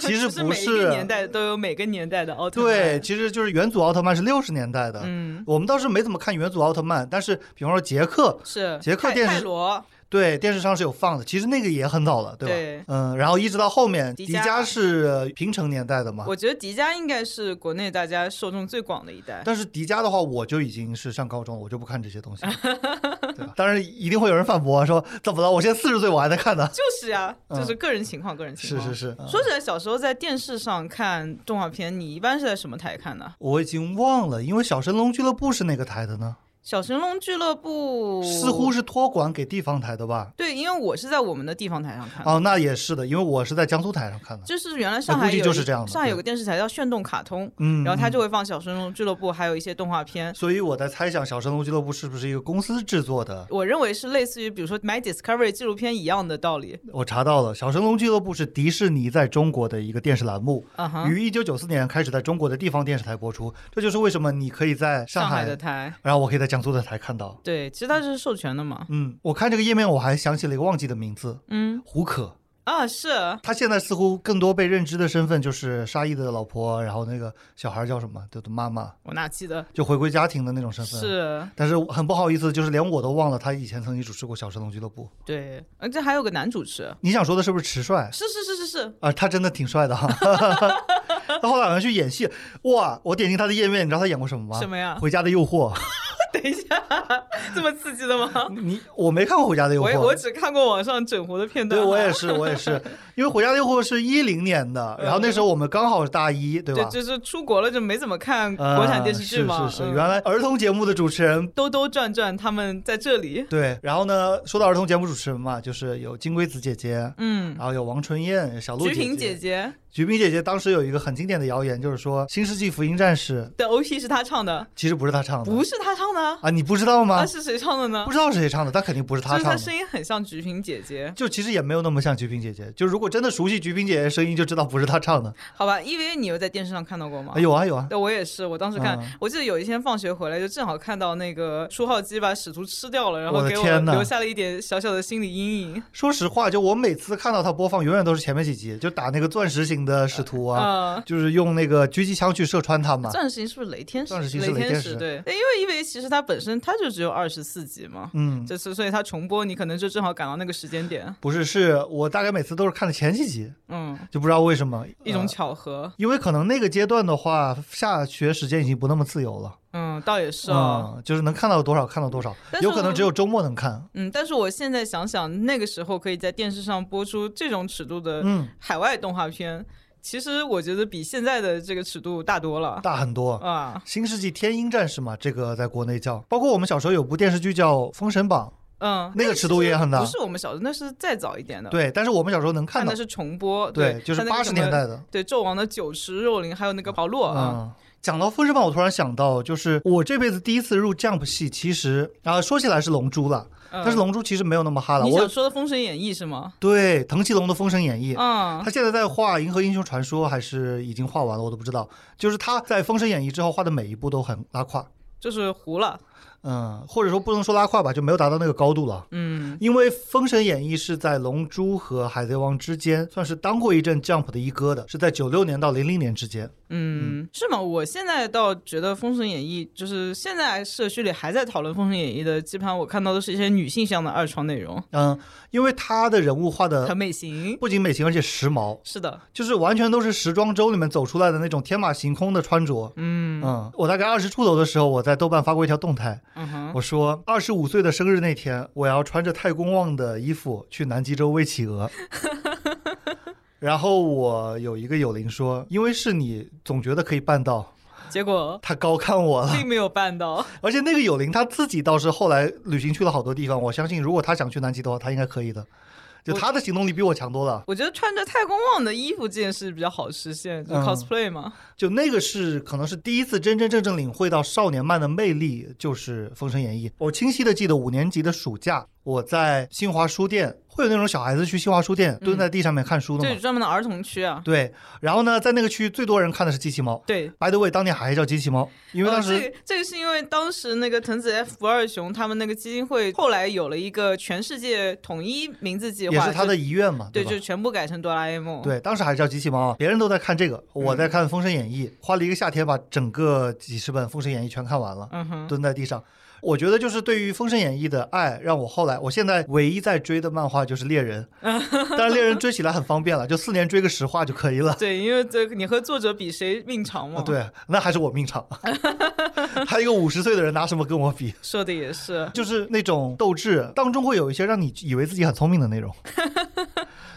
S2: 其实
S1: 嗯 就是
S2: 不
S1: 每一
S2: 是
S1: 个。年代都有每个年代的奥特曼。
S2: 对，，其实就是元祖奥特曼是六十年代的。
S1: 嗯，
S2: 我们倒是没怎么看元祖奥特曼，但是比方说杰克，
S1: 是
S2: 捷克
S1: 泰
S2: 电视
S1: 泰罗，
S2: 对电视上是有放的，其实那个也很早了，对吧？
S1: 对
S2: 嗯，然后一直到后面，
S1: 迪
S2: 迪
S1: 迦
S2: 迦是平成年代的嘛，
S1: 我觉得迪迦应该是国内大家受众最广的一代。
S2: 但是迪迦的话，我就已经是上高中了，我就不看这些东 西了，对吧？当然一定会有人反驳说怎么了？我现在四十岁我还在看呢。
S1: 就是呀、
S2: 嗯
S1: 就是个人情况，个人情
S2: 是
S1: 况。
S2: 是嗯是，
S1: 说起来，小时候在电视上看动画片，你一般是在什么台看的？
S2: 我已经忘了，因为小神龙俱乐部是哪个台的呢？
S1: 小神龙俱乐部
S2: 似乎是托管给地方台的吧？
S1: 对，因为我是在我们的地方台上看的，
S2: 哦，那也是的，因为我是在江苏台上看的。
S1: 就是原来上
S2: 那
S1: 海
S2: 估计
S1: 有
S2: 就是
S1: 一
S2: 这样的
S1: 上海有
S2: 对
S1: 个电视台叫炫动卡通，
S2: 嗯，
S1: 然后他
S2: 嗯
S1: 就会放小神龙俱乐部，还有一些动画片。
S2: 所以我在猜想，小神龙俱乐部是不是一个公司制作的？
S1: 我认为是类似于，比如说买 Discovery 纪录片一样的道理。
S2: 我查到了，小神龙俱乐部是迪士尼在中国的一个电视栏目，
S1: 嗯哼，
S2: 于一九九四年开始在中国的地方电视台播出。这就是为什么你可以在上
S1: 上
S2: 海
S1: 的台，
S2: 然后我可以在江苏的台看到。
S1: 对，其实它是授权的嘛。
S2: 嗯，我看这个页面，我还想起了一个忘记的名字，
S1: 嗯
S2: 胡可。
S1: 啊，是
S2: 她现在似乎更多被认知的身份就是沙溢的老婆，然后那个小孩叫什么，就妈妈，
S1: 我哪记得
S2: 就回归家庭的那种 身份。。
S1: 是
S2: 但是很不好意思，就是连我都忘了她以前曾经主持过《小神龙俱乐部》。
S1: 对，而且还有个男主持，
S2: 你想说的是不是迟帅？
S1: 是是是是是，
S2: 啊，他真的挺帅的 哈。他后来好像去演戏，哇！我点进他的页面，你知道他演过什么吗？
S1: 什么呀
S2: 回家的诱惑》。
S1: 等一下，这么刺激的吗？
S2: 你哎我没看过《回家的诱
S1: 我
S2: 惑
S1: 也》，我只看过网上整活的片段
S2: 对
S1: 啊，
S2: 我也是，我也是，因为《回家的诱惑》是一零年的，然后那时候我们刚好是大一，对
S1: 对，
S2: 吧？
S1: 就是出国了就没怎么看
S2: 呃
S1: 国产电视剧嘛。
S2: 是是是，
S1: 嗯
S2: 原来儿童节目的主持人。
S1: 兜兜转转，他们在这里。
S2: 对，然后呢，说到儿童节目主持人嘛，就是有金龟子姐姐，
S1: 嗯，
S2: 然后有王纯燕、有小鹿
S1: 菊
S2: 姐
S1: 萍
S2: 姐
S1: 姐姐
S2: 菊萍姐姐当时有一个很经典的谣言，就是说《新世纪福音战士》
S1: 的 OP 是她唱的，
S2: 其实不是她唱的，
S1: 不是她唱的，
S2: 啊，你不知道吗？
S1: 啊是谁唱的呢
S2: 不？知道是谁唱的，但肯定不是
S1: 就
S2: 她
S1: 是
S2: 唱
S1: 她
S2: 的。
S1: 声音很像菊萍姐姐，
S2: 就其实也没有那么像菊萍姐姐，就如果真的熟悉菊萍姐姐的声音，就知道不是她唱的。
S1: 好吧？因为你有在电视上看到过吗
S2: 啊？有啊有啊，
S1: 对，我也是，我当时看，
S2: 嗯
S1: 我记得有一天放学回来，就正好看到那个初号机把使徒吃掉了，然
S2: 我
S1: 后
S2: 的
S1: 给我
S2: 天呐
S1: 留下了一点小小的心理阴影。
S2: 说实话，就我每次看到她播放，永远都是前面几集，就打那个钻石型的使徒啊，
S1: 啊，
S2: 就是用那个狙击枪去射穿他嘛。
S1: 钻石型是不是雷天使？
S2: 钻石型是
S1: 雷
S2: 雷天
S1: 使
S2: 使
S1: 对，对因为因为其实它本身它就只有二十四集嘛，
S2: 嗯，
S1: 就是所以它重播，你可能就正好赶到那个时间点，
S2: 不是，是我大概每次都是看的前几集，
S1: 嗯，
S2: 就不知道为什么
S1: 一种
S2: 呃
S1: 巧合，
S2: 因为可能那个阶段的话，下学时间已经不那么自由了。
S1: 嗯，倒也是哦。
S2: 嗯，就是能看到多少看到多少，
S1: 但是
S2: 有可能只有周末能看。
S1: 嗯，但是我现在想想，那个时候可以在电视上播出这种尺度的
S2: 嗯，
S1: 海外动画片，其实我觉得比现在的这个尺度大多了
S2: 大很多。
S1: 啊。
S2: 新世纪天鹰战士嘛，这个在国内叫，包括我们小时候有部电视剧叫《封神榜
S1: 嗯》，，
S2: 那个尺度也很大
S1: 不。是我们小时候，那是再早一点的，，
S2: 对，但是我们小时候能看
S1: 看
S2: 到
S1: 的，是重播，
S2: 对，就是
S1: 像那个
S2: 八十
S1: 什么
S2: 年代的。
S1: 对纣王的酒池肉林，还有那个保洛啊，
S2: 嗯，讲到《封神榜》，我突然想到，就是我这辈子第一次入 Jump 系，其实啊、说起来是《龙珠》了，
S1: 嗯
S2: 但是《龙珠》其实没有那么哈了。
S1: 你想
S2: 我
S1: 说的《封神演义》是吗？
S2: 对藤崎龙的《封神演义》
S1: 嗯
S2: 他现在在画《银河英雄传说》，还是已经画完了，我都不知道。就是他在《封神演义》之后画的每一部都很拉胯，
S1: 就是糊了，
S2: 嗯，或者说不能说拉胯吧，就没有达到那个高度了。
S1: 嗯
S2: 因为《封神演义》是在《龙珠》和《海贼王》之间，算是当过一阵 Jump 的一哥的，是在九六年到零零年之间。
S1: 嗯，是吗？我现在倒觉得《封神演义》就是现在社区里还在讨论《封神演义》的，基本上我看到都是一些女性向的二创内容，
S2: 嗯，因为他的人物画的
S1: 很美型，
S2: 不仅美型，而且时髦，
S1: 是的，
S2: 就是完全都是时装周里面走出来的那种天马行空的穿着。
S1: 嗯
S2: 嗯，我大概二十出头的时候，我在豆瓣发过一条动态，
S1: 嗯哼，
S2: 我说，二十五岁的生日那天，我要穿着太公望的衣服去南极洲喂 企鹅。然后我有一个友邻说，因为是你，总觉得可以办到。
S1: 结果
S2: 他高看我了，
S1: 并没有办到，
S2: 而且那个友邻他自己倒是后来旅行去了好多地方。我相信，如果他想去南极的话，他应该可以的。就
S1: 我
S2: 他的行动力比我强多了。
S1: 我觉得穿着太公望的衣服这件事比较好实现，就
S2: 嗯
S1: cosplay 嘛。
S2: 就那个是可能是第一次真真正正领会到少年漫的魅力，就是《封神演义》。我清晰的记得五年级的暑假，我在新华书店，会有那种小孩子去新华
S1: 嗯
S2: 书店蹲在地上面看书的
S1: 这
S2: 嘛？
S1: 有专门的儿童区啊。
S2: 对。然后呢，在那个区最多人看的是机器猫。
S1: 对，
S2: By the way，当年还叫机器猫，因为当时、
S1: 哦、这个这个是因为当时那个藤子 F 不二雄他们那个基金会后来有了一个全世界统一名字计划，
S2: 也是他的
S1: 就
S2: 遗愿嘛，
S1: 对，
S2: 吧？
S1: 就全部改成哆啦 A 梦。，
S2: 对，当时还叫机器猫，啊别人都在看这个，我
S1: 嗯
S2: 在看《封神演义》，花了一个夏天把整个几十本《封神演义》全看完了，
S1: 嗯哼，
S2: 蹲在地上。我觉得就是对于《封神演义》的爱，让我后来我现在唯一在追的漫画就是《猎人》， 但是《猎人》追起来很方便了，就四年追个十话就可以 了。
S1: 对，因为这个你和作者比谁命长嘛。
S2: 啊，，对，那还是我命 长。还有一个五十岁的人拿什么跟我比？
S1: 说的也是。
S2: 就是那种斗智当中会有一些让你以为自己很聪明的 内容。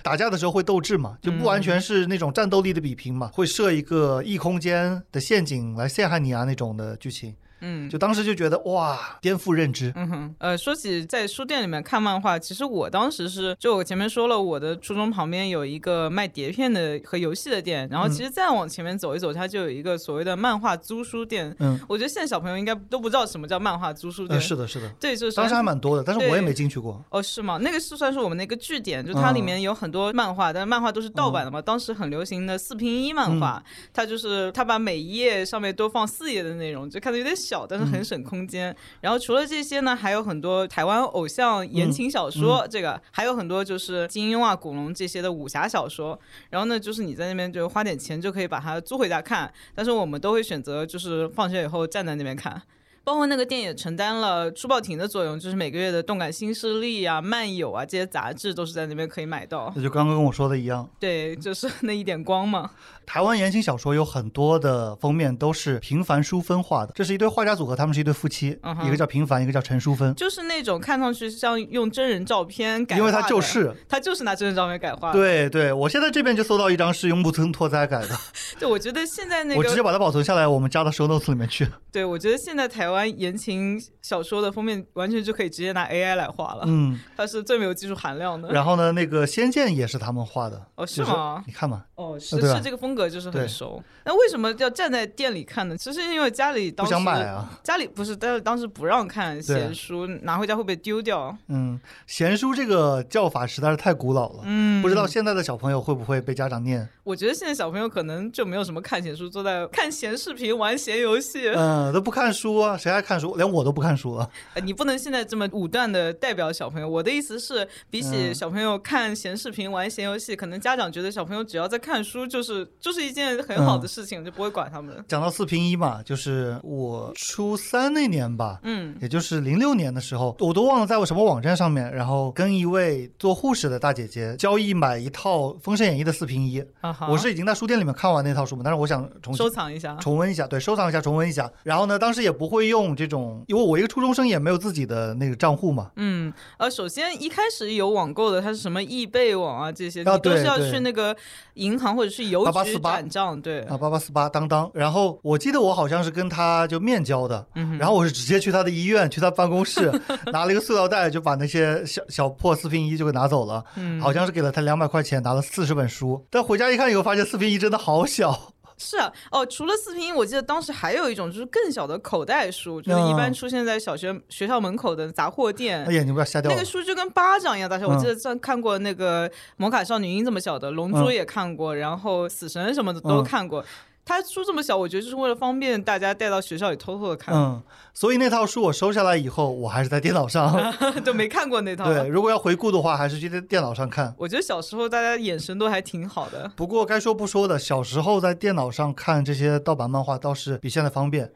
S2: 打架的时候会斗智嘛，就不完全是那种战斗力的比拼嘛，会设一个异空间的陷阱来陷害你啊那种的剧情。
S1: 嗯
S2: 就当时就觉得哇，颠覆认知。
S1: 嗯哼，呃，说起在书店里面看漫画，其实我当时是，就我前面说了，我的初中旁边有一个卖碟片的和游戏的店，然后
S2: 嗯
S1: 其实再往前面走一走，它就有一个所谓的漫画租书店。
S2: 嗯，
S1: 我觉得现在小朋友应该都不知道什么叫漫画租书店。
S2: 呃，是的，是的，
S1: 对，就是
S2: 当时还蛮多的，但是我
S1: 对
S2: 也没进去过。
S1: 哦，是吗？那个是算是我们的一个据点，就它里面有很多漫画，但是漫画都是盗版的嘛。当时很流行的四拼一漫画，它就是它把每一页上面都放四页的内容，就看着有点小，但是很省空间。然后除了这些呢，还有很多台湾偶像言情小说，这个还有很多就是金庸啊、古龙这些的武侠小说。然后呢，就是你在那边就花点钱就可以把它租回家看，但是我们都会选择就是放学以后站在那边看。包括那个店也承担了书报亭的作用，就是每个月的动感新势力啊、漫友啊这些杂志都是在那边可以买到。
S2: 那就刚刚跟我说的一样，
S1: 对，就是那一点光嘛。
S2: 台湾言情小说有很多的封面都是平凡淑芬画的，这是一对画家组合，他们是一对夫妻，
S1: 嗯哼
S2: 一个叫平凡，一个叫陈淑芬，
S1: 就是那种看上去像用真人照片改，
S2: 因为他就是。
S1: 他就是拿真人照片改画的。
S2: 对对，我现在这边就搜到一张是用木村拓哉改的，
S1: 对，我觉得现在 那
S2: 我直接
S1: 个，
S2: 把它保存下来，我们加到 show notes 里 面去。
S1: 对我觉得现在台湾言情小说的封面完全就可以直接拿 AI 来画了，
S2: 嗯，
S1: 它是最没有技术含量的。
S2: 然后呢，那个《仙剑》也是他们画的，
S1: 哦，是
S2: 就是
S1: 吗？
S2: 你看嘛，
S1: 哦，是
S2: 对啊
S1: 是这个风格，就是
S2: 对
S1: 很熟。那为什么要站在店里看呢？其实因为家里
S2: 不
S1: 当时
S2: 想买啊。
S1: 家里不是，但是当时不让看
S2: 对啊
S1: 闲书，拿回家会被丢掉。
S2: 嗯，闲书这个叫法实在是太古老了，
S1: 嗯
S2: 不知道现在的小朋友会不会被家长念。
S1: 我觉得现在小朋友可能就没有什么看闲书，坐在看闲视频、玩闲游戏。
S2: 嗯，都不看书啊，谁还看书？连我都不看书啊了。
S1: 呃你不能现在这么武断的代表小朋友。我的意思是，比起
S2: 嗯
S1: 小朋友看闲视频、玩闲游戏，可能家长觉得小朋友只要在看书，就是就是一件很
S2: 嗯
S1: 好的事情，就不会管他们。
S2: 讲到四平一嘛，就是我初三那年吧，
S1: 嗯
S2: 也就是零六年的时候，我都忘了在我什么网站上面，然后跟一位做护士的大姐姐交易买一套《封神演义》的四平一。
S1: 啊哈，
S2: 我是已经在书店里面看完那套书嘛，但是我想重新
S1: 收藏一下。
S2: 重温一下，对，收藏一下，重温一下。然后呢，当时也不会用这种，因为我一个初中生也没有自己的那个账户嘛。
S1: 嗯，呃，首先一开始有网购的，它是什么易贝网啊这些，
S2: 啊
S1: 你都
S2: 对
S1: 是要
S2: 对
S1: 去那个银行或者是邮局
S2: 8848
S1: 转账，对，
S2: 啊，八八四八当当，然后我记得我好像是跟他就面交的，
S1: 嗯哼
S2: 然后我是直接去他的医院，去他办公室， 拿了一个塑料袋，就把那些小小破四拼一就给拿走了，
S1: 嗯，
S2: 好像是给了他两百块钱，拿了四十本书，但回家一看以后发现四拼一真的好小，
S1: 是啊，哦，除了四拼，我记得当时还有一种就是更小的口袋书，就是一般
S2: 嗯
S1: 出现在小学学校门口的杂货店
S2: 那，眼睛不要瞎掉
S1: 嗯那
S2: 了
S1: 个。书就跟巴掌一样大小。我记
S2: 嗯
S1: 得上看过那个《魔卡少女樱》这么小的，《龙珠》
S2: 嗯
S1: 也看过，然后《死神》什么的都
S2: 嗯
S1: 看过。他书这么小，我觉得就是为了方便大家带到学校里偷偷的看，
S2: 嗯，所以那套书我收下来以后，我还是在电脑上。
S1: 都没看过那套。
S2: 对，如果要回顾的话，还是去电电脑上看。
S1: 我觉得小时候大家眼神都还挺好的。
S2: 不过该说不说的，小时候在电脑上看这些盗版漫画倒是比现在方便。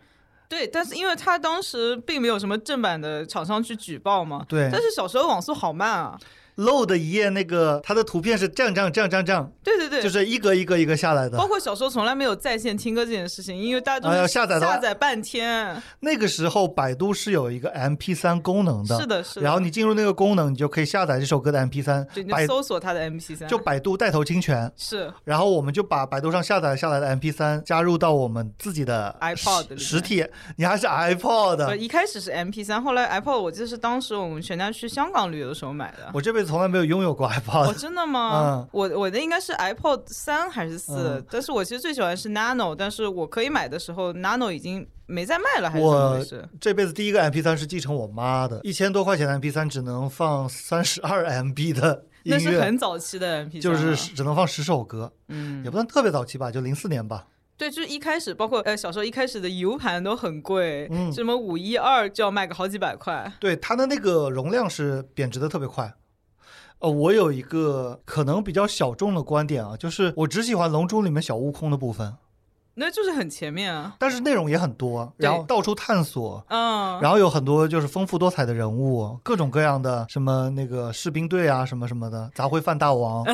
S1: 对，但是因为他当时并没有什么正版的厂商去举报嘛。
S2: 对
S1: 但是小时候网速好慢啊。
S2: 漏的一页那个它的图片是这样这样这样这样这样，
S1: 对对对，哦
S2: 就是一格一格一格下来
S1: 包
S2: 的。
S1: 括小时候从来没有在线听歌这件事情，因为大家
S2: 哎
S1: 都
S2: 呀
S1: 是
S2: 下载的话
S1: 下载半天。
S2: 那个时候百度是有一个 MP 3功能的，
S1: 是的，是的。
S2: 然后你进入那个功能，你就可以下载这首歌的
S1: 对，
S2: MP 3
S1: 你就
S2: 百
S1: 搜索他的 MP 三，
S2: 就百度带头侵权，
S1: 是
S2: 然后我们就把百度上下载下来的 MP 3加入到我们自己的
S1: iPod 里面
S2: 实实体，你还是 iPod
S1: 不
S2: 的。
S1: 呃一开始是 MP 三，后来 iPod 我记得是当时我们全家去香港旅游的时候买的。
S2: 我这辈子从来没有拥有过 iPod，
S1: 哦，真的吗？
S2: 嗯
S1: 我我的应该是 iPod 三还是四、
S2: 嗯
S1: 但是我其实最喜欢是 Nano，但是我可以买的时候 Nano 已经没再卖了，还是怎么
S2: 我
S1: 回事？
S2: 这辈子第一个 MP 3是继承我妈的，一千多块钱的 MP 3只能放三十二 MB 的
S1: 那
S2: 音
S1: 是
S2: 乐，
S1: 很啊早期的 MP 3
S2: 就是只能放十首歌，
S1: 嗯
S2: 也，不算特别早期吧，就零四年吧。
S1: 对，就是一开始包括呃小时候一开始的 U 盘都很贵，
S2: 嗯
S1: 什么五一二就要卖个好几百块。
S2: 对，它的那个容量是贬值的特别快。呃，我有一个可能比较小众的观点啊，就是我只喜欢《龙珠》里面小悟空的部分，
S1: 那就是很前面啊，
S2: 但是内容也很多，
S1: 对
S2: 然后到处探索，
S1: 嗯，
S2: 然后有很多就是丰富多彩的人物，各种各样的什么那个士兵队啊，什么什么的，杂烩饭 大王，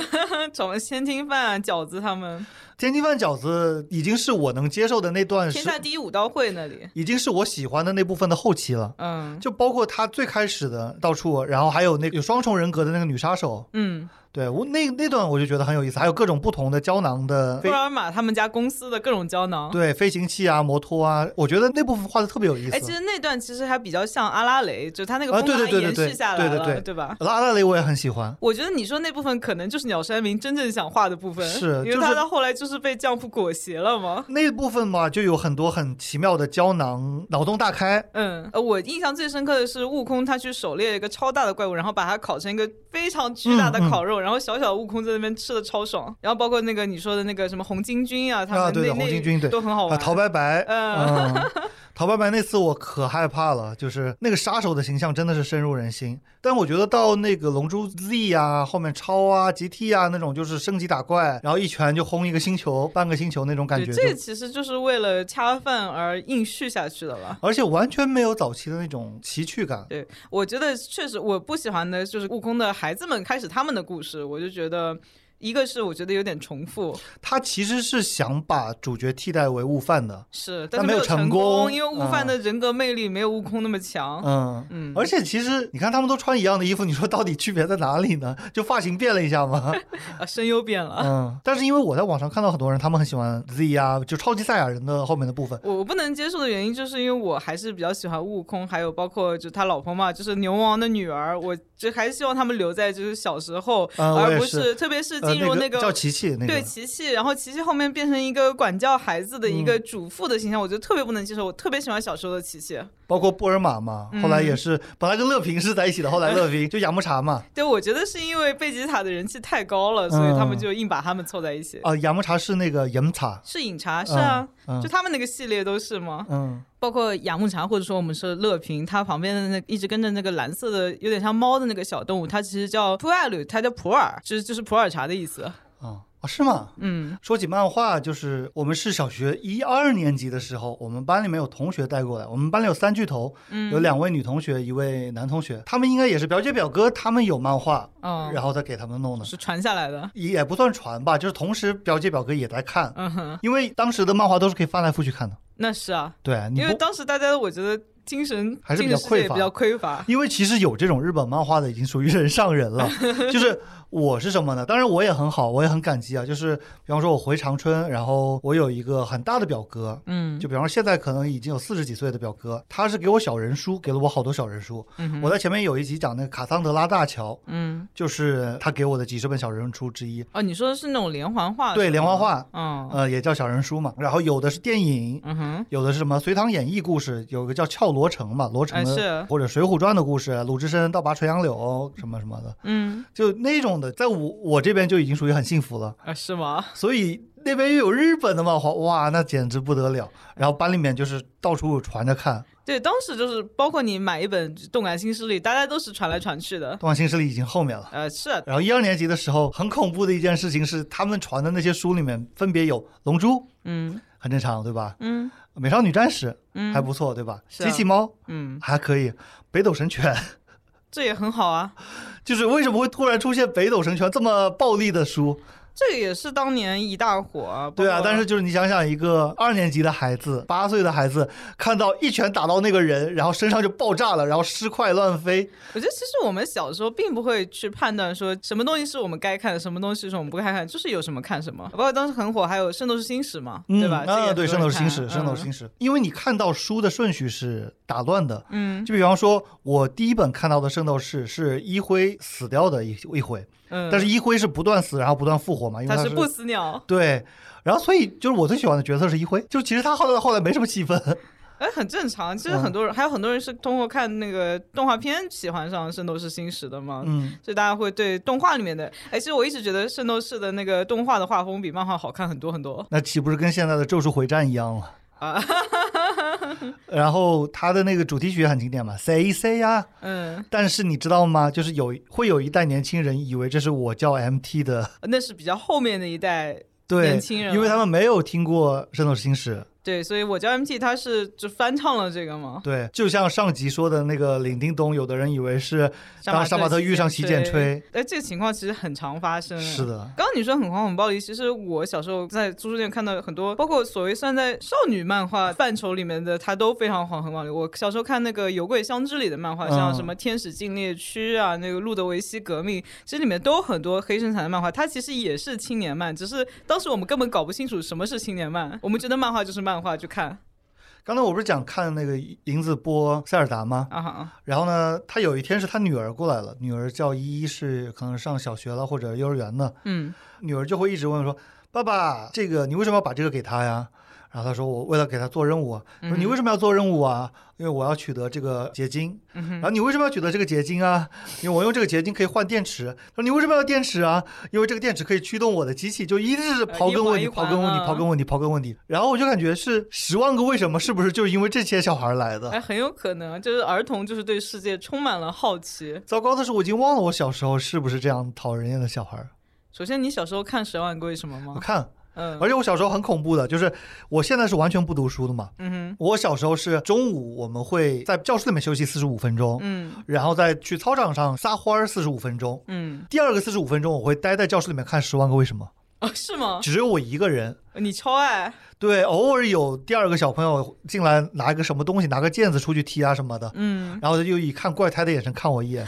S1: 什么千金饭、饺子他们，
S2: 天津饭饺子已经是我能接受的那段
S1: 天
S2: 是
S1: 下，第一武道会那里，
S2: 已经是我喜欢的那部分的后期了。
S1: 嗯
S2: 就包括他最开始的到处，然后还有那个有双重人格的那个女杀手，
S1: 嗯，
S2: 对我那那段我就觉得很有意思，还有各种不同的胶囊的
S1: 布
S2: 飞，
S1: 尔玛他们家公司的各种胶囊。
S2: 对飞行器啊、摩托啊，我觉得那部分画的特别有意
S1: 哎，其
S2: 思。
S1: 实那段其实还比较像阿拉蕾，就他那个
S2: 啊
S1: 风格
S2: 对对对
S1: 还延
S2: 对
S1: 续下
S2: 对
S1: 来
S2: 对
S1: 了，
S2: 对
S1: 吧？
S2: 拉拉蕾我也很喜欢，
S1: 我觉得你说那部分可能就是鸟山明真正想画的部分，
S2: 是
S1: 因为
S2: 就是
S1: 他到后来就是被降谱裹挟了嘛。
S2: 那部分嘛就有很多很奇妙的胶囊，脑洞大开。
S1: 嗯，呃，我印象最深刻的是悟空他去狩猎一个超大的怪物，然后把它烤成一个非常巨大的
S2: 嗯嗯
S1: 烤肉，然后小小的悟空在那边吃的超爽。然后包括那个你说的那个什么红巾军啊，他们
S2: 啊
S1: 那
S2: 对的
S1: 那
S2: 红巾军对
S1: 都很好
S2: 啊，
S1: 玩。
S2: 陶白白，
S1: 嗯
S2: 嗯，陶白白那次我可害怕了，就是那个杀手的形象真的是深入人心。但我觉得到那个《龙珠 Z》啊，后面超啊、GT 啊那种，就是升级打怪，然后一拳就轰一个星球、半个星球那种感
S1: 对，
S2: 觉，
S1: 这个
S2: 就
S1: 其实就是为了恰饭而硬续下去的了。
S2: 而且完全没有早期的那种奇趣感。
S1: 对，我觉得确实我不喜欢的就是悟空的孩子们开始他们的故事，我就觉得一个是我觉得有点重复，
S2: 他其实是想把主角替代为悟饭的，
S1: 是，
S2: 但
S1: 是
S2: 没有
S1: 有
S2: 成
S1: 成
S2: 功
S1: 因为悟
S2: 嗯
S1: 饭的人格魅力没有悟空那么强。
S2: 嗯。
S1: 嗯，
S2: 而且其实你看，他们都穿一样的衣服，你说到底区别在哪里呢？就发型变了一下吗？
S1: 啊声优变了。
S2: 嗯，但是因为我在网上看到很多人，他们很喜欢 Z 啊，就超级赛亚人的后面的部分。
S1: 我我不能接受的原因，就是因为我还是比较喜欢悟空，还有包括就他老婆嘛，就是牛王的女儿，我就还是希望他们留在就是小时候，
S2: 嗯我也
S1: 而不
S2: 是
S1: 特别是
S2: 呃，
S1: 进入
S2: 那
S1: 个。
S2: 叫琪琪那个，
S1: 对琪琪，然后琪琪后面变成一个管教孩子的一
S2: 嗯
S1: 个主妇的形象，我就特别不能接受。我特别喜欢小时候的琪琪，
S2: 包括布尔玛嘛，
S1: 嗯
S2: 后来也是、本来跟乐平是在一起的，后来乐 平就雅木茶嘛，
S1: 对我觉得是因为贝吉塔的人气太高了，所以
S2: 嗯
S1: 他们就硬把他们凑在一起。
S2: 啊、雅木茶是那个饮茶，
S1: 是饮茶是啊，
S2: 嗯
S1: 就他们那个系列都是吗？
S2: 嗯，
S1: 包括雅木茶，或者说我们说乐平，它旁边的那一直跟着那个蓝色的，有点像猫的那个小动物，它其实叫普尔鲁，它叫普洱，就是就是普洱茶的意思。
S2: 啊、啊是吗？
S1: 嗯，
S2: 说起漫画，就是我们是小学一二年级的时候，我们班里面有同学带过来，我们班里有三巨头，
S1: 嗯
S2: 有两位女同学，一位男同学，他们应该也是表姐表哥，他们有漫画，
S1: 哦，
S2: 然后再给他们弄的，
S1: 是传下来的。
S2: 也不算传吧，就是同时表姐表哥也在看，
S1: 嗯哼，
S2: 因为当时的漫画都是可以翻来覆去看的。
S1: 那是啊，
S2: 对，你
S1: 因为
S2: 不，
S1: 当时大家我觉得精神
S2: 还是比
S1: 精
S2: 较
S1: 神世界也
S2: 匮乏
S1: 比较匮乏。
S2: 因为其实有这种日本漫画的已经属于人上 人了。就是我是什么呢？当然我也很好，我也很感激啊。就是比方说我回长春，然后我有一个很大的表哥。
S1: 嗯，
S2: 就比方说，现在可能已经有四十几岁的表哥，他是给我小人书，给了我好多小人书。
S1: 嗯
S2: 我在前面有一集讲那个卡桑德拉大桥，
S1: 嗯，
S2: 就是他给我的几十本小人书之一。
S1: 哦，你说的是那种连环画？
S2: 对，连环。画，
S1: 嗯
S2: 呃，也叫小人书嘛。然后有的是电影，
S1: 嗯哼，
S2: 有的是什么《隋唐演义》故事，有个叫《俏罗成》嘛，罗成的，
S1: 哎是
S2: 或者《水浒传》的故事，鲁智深倒拔垂杨柳什么什么的，
S1: 嗯
S2: 就那种的，在我我这边就已经属于很幸福了。
S1: 啊，是吗？
S2: 所以那边又有日本的漫画，哇，那简直不得了。然后班里面就是到处传着看，
S1: 对，当时就是包括你买一本《动感新势力》，大家都是传来传去的。
S2: 《东方新势力》已经后面了。
S1: 呃，是啊
S2: 然后一二年级的时候，很恐怖的一件事情是，他们传的那些书里面分别有《龙珠》，
S1: 嗯
S2: 很正常，对吧？
S1: 嗯
S2: 《美少女战士》
S1: 嗯，
S2: 还不错，对吧？
S1: 是
S2: 机
S1: 啊
S2: 器猫
S1: 嗯，
S2: 还可以，《北斗神拳》
S1: 这也很好啊。
S2: 就是为什么会突然出现《北斗神拳》这么暴力的书？
S1: 这个也是当年一大火啊。包
S2: 对啊，
S1: 括
S2: 但是就是你想想，一个二年级的孩子，八岁的孩子，看到一拳打到那个人，然后身上就爆炸了，然后尸块乱飞。
S1: 我觉得其实我们小时候并不会去判断说什么东西是我们该看的，什么东西是我们不该看，就是有什么看什么。包括当时很火，还有《圣斗士星矢》嘛，
S2: 嗯
S1: 对吧？这个
S2: 啊，
S1: 也
S2: 对，
S1: 很
S2: 圣
S1: 多
S2: 斗
S1: 人
S2: 士星
S1: 看嗯
S2: 矢，圣斗士星矢，因为你看到书的顺序是打乱的。
S1: 嗯
S2: 就比方说，我第一本看到的圣斗士是一辉死掉的一一回，
S1: 嗯，
S2: 但是一辉是不断死，然后不断复活嘛，因为
S1: 他
S2: 他
S1: 是不死鸟，
S2: 对，然后所以就是我最喜欢的角色是一辉，就其实他后来后来没什么戏份，
S1: 哎，很正常。其实
S2: 嗯
S1: 很多人、还有很多人是通过看那个动画片喜欢上《圣斗士星矢》的嘛。
S2: 嗯，
S1: 所以大家会对动画里面的，哎，其实我一直觉得《圣斗士》的那个动画的画风比漫画好看很多很多。
S2: 那岂不是跟现在的《咒术回战》一样了？
S1: 啊，
S2: 然后它的那个主题曲也很经典嘛，Say Say 呀。
S1: 嗯，
S2: 但是你知道吗？就是有会有一代年轻人以为这是我叫 MT 的，
S1: 那是比较后面的一代
S2: 对，
S1: 年轻人哦
S2: 因为他们没有听过《圣斗士星矢》。
S1: 对，所以我叫 MT，他是就翻唱了这个嘛，
S2: 对，就像上集说的那个《领叮咚》，有的人以为是当沙
S1: 沙
S2: 巴
S1: 巴
S2: 特
S1: 特
S2: 遇上洗
S1: 洗
S2: 剪
S1: 剪
S2: 吹，
S1: 哎，这个情况其实很常发生。啊
S2: 是。的，
S1: 刚刚你说很狂很暴力，其实我小时候在租书店看到很多，包括所谓算在少女漫画范畴里面的，它都非常狂很暴力。我小时候看那个《有鬼相知》里的漫画，像
S2: 嗯
S1: 什么《天使禁猎区》啊，那个《路德维希革命》，其实里面都有很多黑生产的漫画，它其实也是青年漫，只是当时我们根本搞不清楚什么是青年漫，我们觉得漫画就是漫画去看
S2: 刚才我不是讲看那个银子播塞尔达吗？
S1: 啊哈，
S2: 然后呢，他有一天是他女儿过来了，女儿叫依依，是可能上小学了或者幼儿园的，
S1: 嗯
S2: 女儿就会一直问说：“爸爸，这个你为什么要把这个给他呀？”然后他说我为了给他做任务啊，我说你为什么要做任务啊？因为我要取得这个结晶。然后你为什么要取得这个结晶啊？因为我用这个结晶可以换电池。他说你为什么要电池啊？因为这个电池可以驱动我的机器，就一直是
S1: 呃
S2: 刨
S1: 一
S2: 根
S1: 环
S2: 问
S1: 一
S2: 底、刨
S1: 环
S2: 根问底、
S1: 啊
S2: 刨根问底、刨根问底。然后我就感觉是十万个为什么，是不是就是因为这些小孩来的？
S1: 哎，很有可能就是儿童就是对世界充满了好奇。
S2: 糟糕的是，我已经忘了我小时候是不是这样讨人厌的小孩儿。
S1: 首先，你小时候看《十万个为什么》
S2: 我
S1: 吗？
S2: 看，
S1: 嗯
S2: 而且我小时候很恐怖的，就是我现在是完全不读书的嘛。
S1: 嗯
S2: 我小时候是中午我们会在教室里面休息四十五分钟
S1: 哼，嗯
S2: 然后再去操场上撒欢儿四十五分钟。
S1: 嗯，
S2: 第二个四十五分钟，我会待在教室里面看《十万个为什么
S1: 哦，是吗》，？
S2: 只有我一个人。
S1: 你超爱，
S2: 对，偶尔有第二个小朋友进来拿一个什么东西，拿个毽子出去踢啊什么的，
S1: 嗯，
S2: 然后他就以看怪胎的眼神看 我一眼。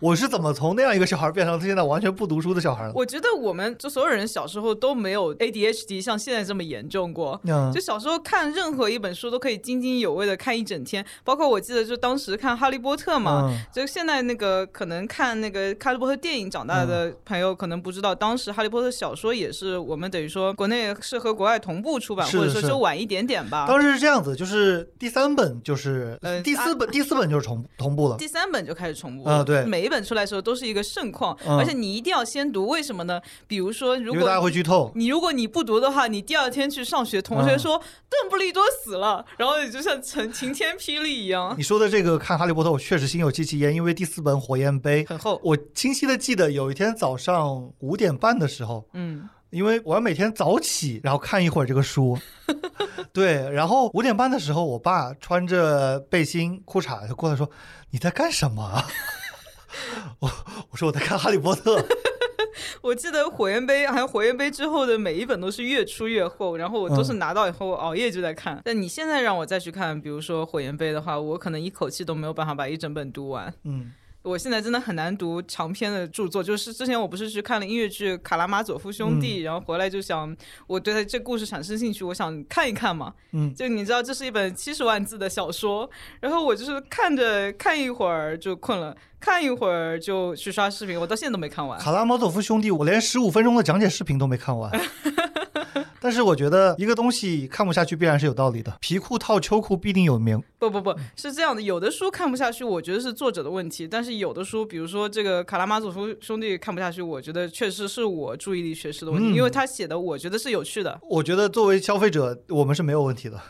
S2: 我是怎么从那样一个小孩变成现在完全不读书的小孩的？
S1: 我觉得我们就所有人小时候都没有 ADHD 像现在这么严重过。
S2: 嗯
S1: 就，小时候看任何一本书都可以津津有味的看一整天，包括我记得就当时看《哈利波特》嘛，
S2: 嗯
S1: 就现在那个可能看那个《哈利波特》电影长大
S2: 嗯
S1: 的朋友可能不知道，当时《哈利波特》小说也是我们等于说国内是和国外同步出版，
S2: 是
S1: 或者说
S2: 是
S1: 就晚一点点吧。
S2: 当时是这样子，就是第三本就是、
S1: 呃
S2: 第四本，第四本就是重同步了。
S1: 第三本就开始重播
S2: 啊对
S1: 每一本出来的时候都是一个盛况，
S2: 嗯
S1: 而且你一定要先读，为什么呢？比如说，如
S2: 因为大家
S1: 果
S2: 会剧透，
S1: 你如果你不读的话，你第二天去上学，同学
S2: 嗯
S1: 说、邓布利多死了，然后你就像晴晴天霹雳一样，
S2: 你说的这个看《哈利波特》，我确实心有戚戚焉，因为第四本《火焰杯》，
S1: 很厚。
S2: 我清晰的记得有一天早上五点半的时候，
S1: 嗯，
S2: 因为我要每天早起，然后看一会儿这个书。对，然后五点半的时候，我爸穿着背心裤衩就过来说：“你在干什么啊？” 我我说我在看《哈利波特》，
S1: 我记得《火焰杯》还有《火焰杯》之后的每一本都是越出越厚，然后我都是拿到以后熬夜就在看。但你现在让我再去看，比如说《火焰杯》的话，我可能一口气都没有办法把一整本读完。
S2: 嗯，
S1: 我现在真的很难读长篇的著作，就是之前我不是去看了音乐剧《卡拉马佐夫兄
S2: 嗯
S1: 弟》，然后回来就想，我对他这故事产生兴趣，我想看一看嘛。
S2: 嗯
S1: 就你知道这是一本七十万字的小说，然后我就是看着看一会儿就困了，看一会儿就去刷视频，我到现在都没看完
S2: 《卡拉马佐夫兄弟》，我连十五分钟的讲解视频都没看完。但是我觉得一个东西看不下去必然是有道理的，皮裤套秋裤必定有名。
S1: 不不不
S2: 嗯
S1: 是这样的，有的书看不下去，我觉得是作者的问题；但是有的书，比如说这个《卡拉马佐夫兄弟》看不下去，我觉得确实是我注意力缺失的问题，
S2: 嗯
S1: 因为他写的我觉得是有趣的。
S2: 我觉得作为消费者，我们是没有问题的。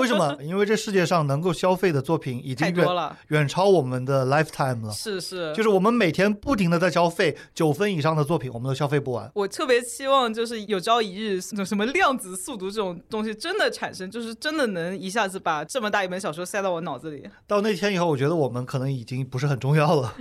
S2: 为什么？因为这世界上能够消费的作品已
S1: 太
S2: 经
S1: 多
S2: 远
S1: 了，
S2: 远超我们的 lifetime 了。
S1: 是是，
S2: 就是我们每天不停的在消费九分以上的作品，我们都消费不完。
S1: 我特别期望就是有朝一日，什么量子速读这种东西真的产生，就是真的能一下子把这么大一本小说塞到我脑子里。
S2: 到那天以后，我觉得我们可能已经不是很重要 了，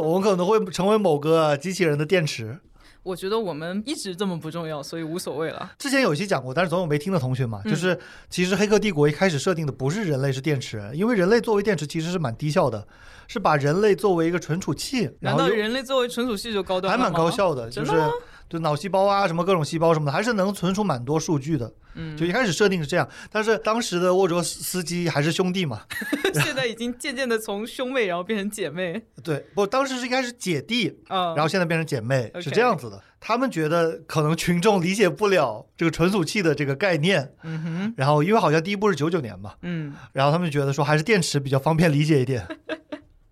S2: 我们可能会成为某个机器人的电池。
S1: 我觉得我们一直这么不重要，所以无所谓了。
S2: 之前有一期讲过，但是总有没听的同学嘛，
S1: 嗯
S2: 就是其实《黑客帝国》一开始设定的不是人类是电池，因为人类作为电池其实是蛮低效的，是把人类作为一个存储器，
S1: 难
S2: 然后
S1: 道
S2: 用
S1: 人类作为存储器就高端
S2: 还
S1: 了
S2: 蛮
S1: 吗
S2: 高？效的，就
S1: 啊真
S2: 是
S1: 的吗
S2: 就脑细胞啊，什么各种细胞什么的，还是能存储蛮多数据的。
S1: 嗯
S2: 就一开始设定是这样，但是当时的沃卓斯斯基还是兄弟嘛，
S1: 现在已经渐渐的从兄妹然后变成姐妹。
S2: 对，不，当时是一开始姐弟，
S1: 嗯，
S2: 然后现在变成姐妹，
S1: OK
S2: 是这样子的。他们觉得可能群众理解不了这个存储器的这个概念，
S1: 嗯哼，
S2: 然后因为好像第一部是九九年嘛，
S1: 嗯，
S2: 然后他们觉得说还是电池比较方便理解一点。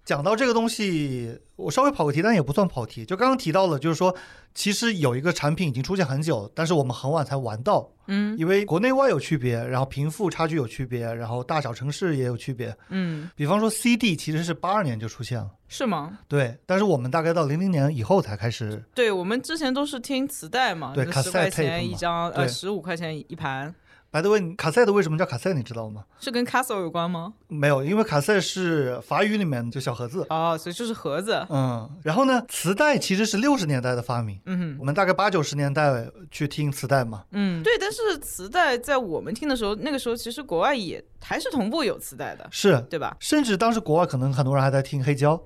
S2: 讲到这个东西，我稍微跑个题，但也不算跑题。就刚刚提到了，就是说，其实有一个产品已经出现很久，但是我们很晚才玩到，
S1: 嗯
S2: 因为国内外有区别，然后贫富差距有区别，然后大小城市也有区别。
S1: 嗯，
S2: 比方说 CD 其实是八二年就出现了，
S1: 是吗？
S2: 对，但是我们大概到零零年以后才开始，
S1: 对我们之前都是听磁带嘛，
S2: 对
S1: 十块
S2: cassette tape
S1: 钱一
S2: 嘛
S1: 张，呃，
S2: 对
S1: 十五块钱一盘，
S2: 白的问卡塞的为什么叫卡塞，你知道吗？
S1: 是跟 Castle 有关吗？
S2: 没有，因为卡塞是法语里面就小盒子。
S1: 哦，所以就是盒子。
S2: 嗯，然后呢，磁带其实是六十年代的发明，
S1: 嗯哼。
S2: 我们大概八九十年代去听磁带嘛。
S1: 嗯，对，但是磁带在我们听的时候，那个时候其实国外也还是同步有磁带的，
S2: 是，
S1: 对吧？
S2: 甚至当时国外可能很多人还在听黑胶，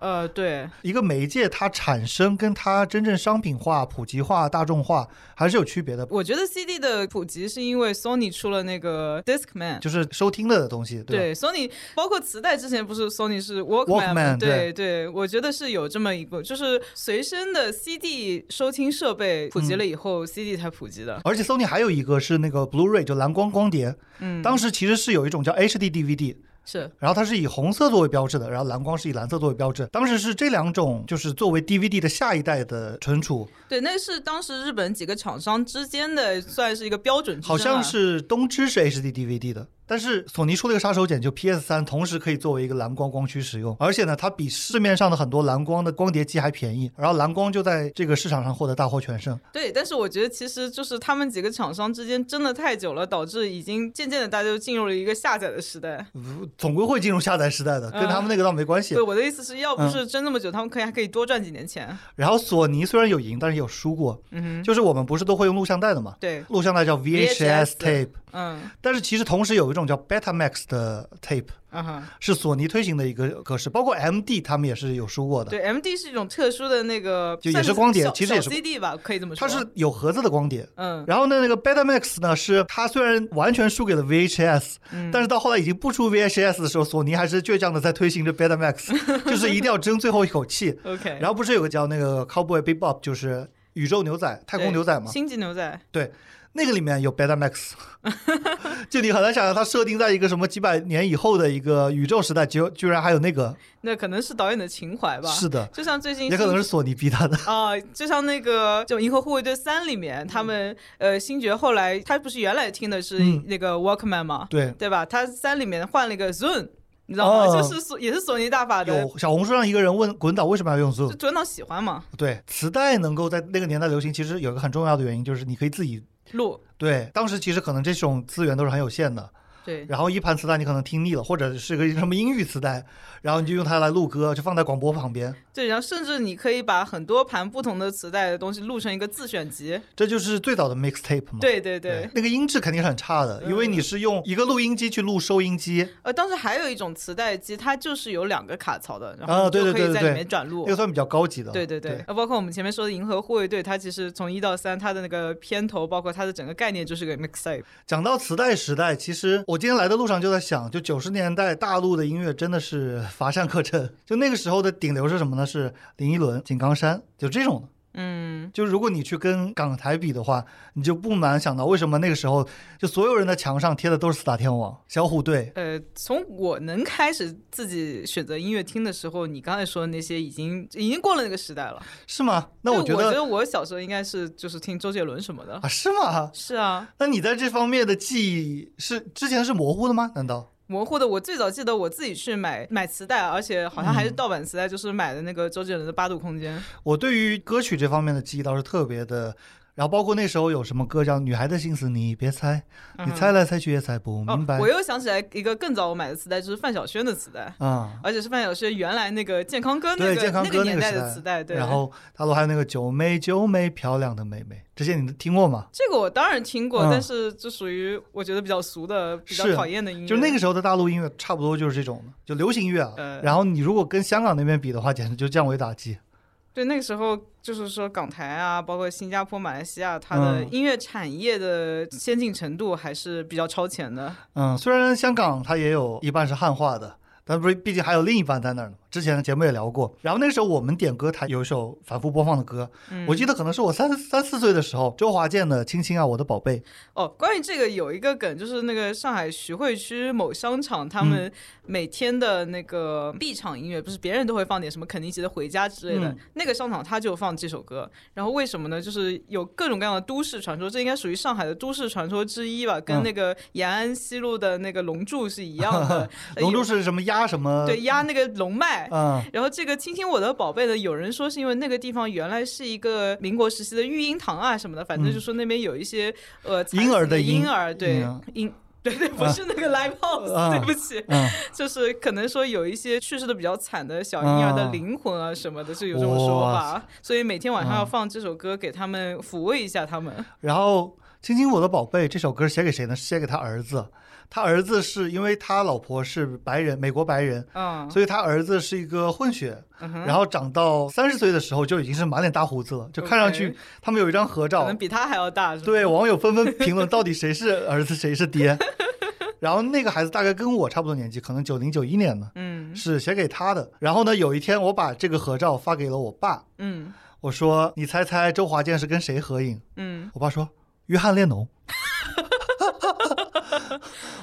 S1: 呃，对，
S2: 一个媒介它产生跟它真正商品化、普及化、大众化还是有区别的，
S1: 我觉得 CD 的普及是因为 Sony 出了那个 Discman。
S2: 就是收听了的东西，吧？
S1: 对，Sony 啊包括磁带之前不是 Sony 是
S2: Walkman，
S1: Walkman，
S2: 对
S1: 对对，我觉得是有这么一个，就是随身的 CD 收听设备普及了以后、c d 才普及的。
S2: 而且 Sony 还有一个是那个 Blu-ray，就蓝光光碟，
S1: 嗯，
S2: 当时其实是有一种叫 HD DVD，
S1: 是
S2: 然后它是以红色作为标志的，然后蓝光是以蓝色作为标志。当时是这两种，就是作为 DVD 的下一代的存储，
S1: 对，那是当时日本几个厂商之间的算是一个标准之争
S2: 好
S1: 啊，
S2: 像是东芝是 HD DVD 的。但是索尼出了一个杀手锏，就 PS 三同时可以作为一个蓝光光驱使用，而且呢，它比市面上的很多蓝光的光碟机还便宜，然后蓝光就在这个市场上获得大获全胜。
S1: 对，但是我觉得其实就是他们几个厂商之间争的太久了，导致已经渐渐的大家就进入了一个下载的时代。
S2: 嗯总归会进入下载时代的，跟他们那个倒没关系。
S1: 嗯对，我的意思是要不
S2: 嗯
S1: 是争那么久，他们可以还可以多赚几年钱。
S2: 然后索尼虽然有赢，但是有输过，
S1: 嗯哼，
S2: 就是我们不是都会用录像带的嘛？
S1: 对，
S2: 录像带叫 VHS
S1: VHS
S2: tape，
S1: 嗯，
S2: 但是其实同时有一种叫 Betamax 的 tape，
S1: 啊哈，
S2: 是索尼推行的一个格式，包括 MD 他们也是有输过的。
S1: 对，MD 是一种特殊的那个，
S2: 就也
S1: 算
S2: 是光碟
S1: 小
S2: 其实也是
S1: 小 CD 吧，可以这么说。
S2: 它是有盒子的光碟。
S1: 嗯，
S2: 然后呢，那个 Betamax 呢，是它虽然完全输给了 VHS，、
S1: 嗯
S2: 但是到后来已经不出 VHS 的时候，索尼还是倔强的在推行 着 Betamax，就是一定要争最后一口气。
S1: OK，
S2: 然后不是有个叫那个 Cowboy Bebop，就是宇宙牛仔、太空
S1: 对
S2: 牛仔嘛？
S1: 星际牛仔，
S2: 对，那个里面有 Betamax，就你很难想象它设定在一个什么几百年以后的一个宇宙时代，居居然还有那个，
S1: 那可能是导演的情怀吧。
S2: 是的，
S1: 就像最近
S2: 也可
S1: 星
S2: 能是索尼逼他的。
S1: 啊、就像那个就《银河护卫队三》里面，他们呃，星爵后来他不是原来听的是
S2: 嗯
S1: 那个 Walkman 嘛，
S2: 对，
S1: 对吧？他三里面换了一个 Zoom，你知道吗？
S2: 哦
S1: 就是索也是索尼大法的，
S2: 有小红书上一个人问滚导为什么要用
S1: 就
S2: Zoom，
S1: 转到喜欢嘛，
S2: 对，磁带能够在那个年代流行，其实有一个很重要的原因就是你可以自己。
S1: 录
S2: 对，当时其实可能这种资源都是很有限的，
S1: 对。
S2: 然后一盘磁带你可能听腻了，或者是个什么英语磁带，然后你就用它来录歌，就放在广播旁边。
S1: 对，然后甚至你可以把很多盘不同的磁带的东西录成一个自选集。
S2: 这就是最早的 mixtape 嘛。
S1: 对对对，，
S2: 那个音质肯定是很差的，
S1: 嗯
S2: 因为你是用一个录音机去录收音机，
S1: 呃，当时还有一种磁带机，它就是有两个卡槽的，然
S2: 啊
S1: 后
S2: 对
S1: 就
S2: 对
S1: 可
S2: 对
S1: 以
S2: 对
S1: 在
S2: 对
S1: 里面转录。
S2: 那个算比较高级的。
S1: 对对对，，呃包括我们前面说的《银河护卫队》，它其实从一到三，它的那个片头，包括它的整个概念就是个 mixtape。
S2: 讲到磁带时代，其实我今天来的路上就在想，就九十年代大陆的音乐真的是乏善可陈。就那个时候的顶流是什么呢？是林依轮、井冈山，就这种的。
S1: 嗯，
S2: 就如果你去跟港台比的话，你就不难想到为什么那个时候就所有人的墙上贴的都是四大天王、小虎队。
S1: 呃，从我能开始自己选择音乐听的时候，你刚才说的那些已经已经过了那个时代了。
S2: 是吗？那
S1: 对
S2: 我
S1: 我
S2: 觉
S1: 我
S2: 得
S1: 小时候应该是就是听周杰伦什么的。
S2: 啊，是吗？
S1: 是啊，
S2: 那你在这方面的记忆是之前是模糊的吗？难道？
S1: 模糊的。我最早记得我自己去买买磁带，而且好像
S2: 嗯
S1: 还是盗版磁带，就是买的那个周杰伦的《八度空间》。
S2: 我对于歌曲这方面的记忆倒是特别的，然后包括那时候有什么歌叫《女孩的心思你别猜》，你猜来猜去也猜不明白
S1: 嗯哦，我又想起来一个更早我买的磁带，就是范晓萱的磁带。
S2: 啊。
S1: 而且是范晓萱原来那个健康歌那
S2: 对
S1: 个
S2: 健康
S1: 那
S2: 歌
S1: 个
S2: 那
S1: 年
S2: 个
S1: 代
S2: 时
S1: 的磁带，对。
S2: 然后大陆还有那个九妹九妹漂亮的妹妹，这些你都听过吗？
S1: 这个我当然听过，
S2: 嗯
S1: 但是就属于我觉得比较俗的、比较
S2: 是
S1: 讨厌的音乐。
S2: 就那个时候的大陆音乐差不多就是这种的，就流行音乐啊。
S1: 呃
S2: 然后你如果跟香港那边比的话，简直就降维打击。
S1: 对那个时候，就是说港台啊，包括新加坡、马来西亚，它的
S2: 嗯
S1: 音乐产业的先进程度还是比较超前的。
S2: 嗯，虽然香港它也有一半是汉化的，但不是，毕竟还有另一半在那儿呢。之前的节目也聊过。然后那时候我们点歌台有一首反复播放的歌，
S1: 嗯
S2: 我记得可能是我三三四岁的时候，周华健的《亲亲啊我的宝贝》。
S1: 哦，关于这个有一个梗，就是那个上海徐汇区某商场，
S2: 嗯
S1: 他们每天的那个闭场音乐，不是别人都会放点什么肯尼基的《回家》之类的，
S2: 嗯
S1: 那个商场他就放这首歌。然后为什么呢？就是有各种各样的都市传说，这应该属于上海的都市传说之一吧，跟
S2: 嗯。
S1: 那个延安西路的那个龙柱是一样的
S2: 龙
S1: 呃
S2: 珠
S1: 有
S2: 是什么鸭什么？
S1: 对，压那个龙脉。
S2: 嗯，
S1: 然后这个“亲亲我的宝贝”呢，有人说是因为那个地方原来是一个民国时期的育婴堂啊什么的，反正就说那边有一些、呃惨
S2: 嗯婴儿
S1: 死的
S2: 的婴
S1: 婴儿，对
S2: 婴儿
S1: 婴。对对，不是那个 live house，、
S2: 啊
S1: 对不起，
S2: 嗯
S1: 就是可能说有一些去世的比较惨的小婴儿的
S2: 啊
S1: 灵魂啊什么的，就有这
S2: 啊
S1: 种说法，所以每天晚上要放这首歌给他们抚慰一下他们。
S2: 然后。亲亲我的宝贝》这首歌写给谁呢？是写给他儿子。他儿子是因为他老婆是白人，美国白人，
S1: 嗯，
S2: 所以他儿子是一个混血。然后长到三十岁的时候就已经是满脸大胡子了，就看上去
S1: OK
S2: 他们有一张合
S1: 可
S2: 照
S1: 能，比他还要大，是吧？
S2: 对，网友纷纷评论到底谁是儿子谁是爹。然后那个孩子大概跟我差不多年纪，可能九零九一年的，
S1: 嗯
S2: 是写给他的。然后呢，有一天我把这个合照发给了我爸，
S1: 嗯
S2: 我说：“你猜猜周华健是跟谁合影
S1: 嗯？”
S2: 我爸说：“约翰列侬。”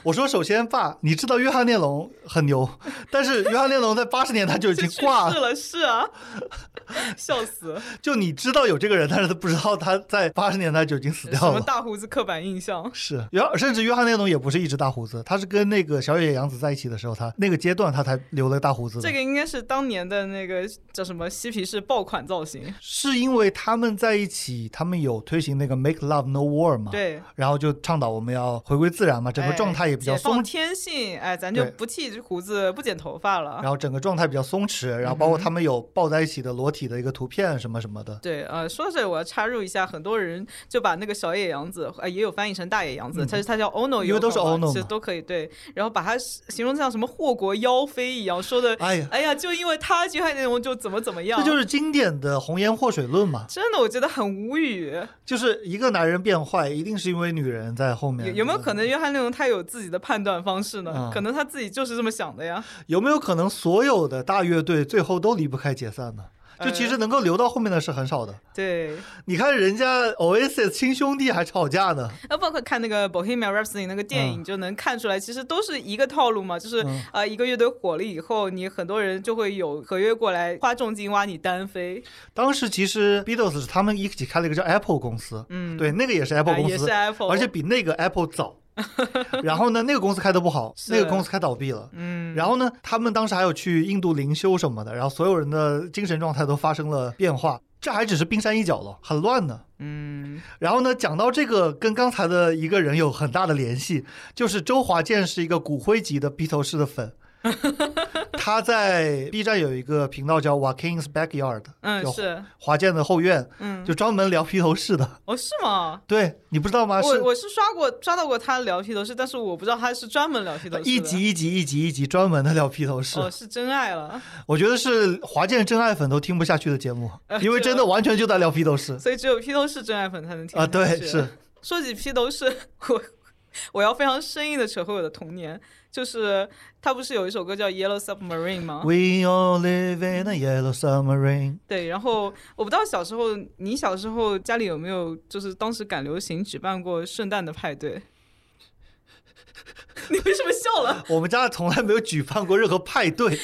S2: 我说：“首先，爸，你知道约翰列侬很牛，但是约翰列侬在八十年代就已
S1: 就
S2: 经
S1: 去世
S2: 挂了。
S1: 了，是啊， 笑 死，
S2: 就你知道有这个人，但是他不知道他在八十年代就已经死
S1: 什
S2: 掉
S1: 么
S2: 了。”
S1: 大胡子刻板印象，
S2: 是，然后甚至约翰列侬也不是一直大胡子，他是跟那个小野洋子在一起的时候，他那个阶段他才留了大胡子的。
S1: 这个应该是当年的那个叫什么嬉皮士爆款造型，
S2: 是因为他们在一起，他们有推行那个 “Make Love No War” 嘛，
S1: 对。
S2: 然后就倡导我们要回归自然嘛，整个
S1: 哎
S2: 状态也比较
S1: 解放
S2: 松，
S1: 天性，哎，咱就
S2: 对
S1: 不剃胡子，不剪头发了。
S2: 然后整个状态比较松弛，然后包括他们有抱在一起的裸体的一个图片什么什么的。
S1: 对，呃，说到这里我要插入一下，很多人就把那个小野洋子，呃，也有翻译成大野洋子，但是它叫 ono，
S2: 嗯因为都是
S1: Yoko 嘛
S2: ono
S1: 其实
S2: 嘛
S1: 都可以对，然后把它形容像什么祸国妖妃一样，说的，
S2: 哎呀，
S1: 哎呀，就因为他去害内容就怎么怎么样，
S2: 这就是经典的红颜祸水论嘛，
S1: 真的我觉得很无语。
S2: 就是一个男人变坏，一定是因为女人在后面。
S1: 有有没有可能约翰内容他有自己的判断方式呢？
S2: 嗯
S1: 可能他自己就是这么想的呀。
S2: 有没有可能所有的大乐队最后都离不开解散呢？
S1: 呃
S2: 就其实能够留到后面的是很少的。
S1: 对，
S2: 你看人家 Oasis 亲兄弟还吵架呢，
S1: 那呃包括看那个《Bohemian Rhapsody》那个电影，
S2: 嗯
S1: 就能看出来，其实都是一个套路嘛，就是
S2: 嗯
S1: 呃，一个乐队火了以后，你很多人就会有合约过来花重金挖你单飞，
S2: 当时其实 Beatles 是他们一起开了一个叫 Apple 公司，
S1: 嗯，
S2: 对，那个也是
S1: 啊，
S2: Apple 公
S1: 也
S2: 司
S1: 是，Apple，
S2: 而且比那个 Apple 早。然后呢，那个公司开的不好，
S1: 是
S2: 那个公司开倒闭了。
S1: 嗯，
S2: 然后呢，他们当时还有去印度灵修什么的，然后所有人的精神状态都发生了变化。这还只是冰山一角了，很乱的。
S1: 嗯，
S2: 然后呢，讲到这个跟刚才的一个人有很大的联系，就是周华健是一个骨灰级的披头士的 粉。他在 B 站有一个频道叫 Joaquin's Backyard，
S1: 嗯
S2: 叫
S1: 是，
S2: 华健的后院，
S1: 嗯，
S2: 就专门聊披头士的。
S1: 哦是吗？
S2: 对你不知道吗？是
S1: 我我是刷过刷到过他聊披头士，但是我不知道他是专门聊披头士的
S2: 一集一集一集一集专门的聊披头士，
S1: 哦是真爱了，
S2: 我觉得是华健真爱粉都听不下去的 节目，
S1: 呃
S2: 因为
S1: 这
S2: 真的完全就在聊披 头士
S1: 所以只有披头士真爱粉才能听
S2: 啊，
S1: 下
S2: 对，
S1: 去
S2: 是
S1: 说起披头士，我我要非常生硬的扯回我的童年，就是他不是有一首歌叫《Yellow Submarine》吗？
S2: We all live in a yellow submarine。
S1: 对，然后我不知道小时候你小时候家里有没有就是当时赶流行举办过圣诞的派对？ 你为什么笑了？
S2: 我们家从来没有举办过任何派对，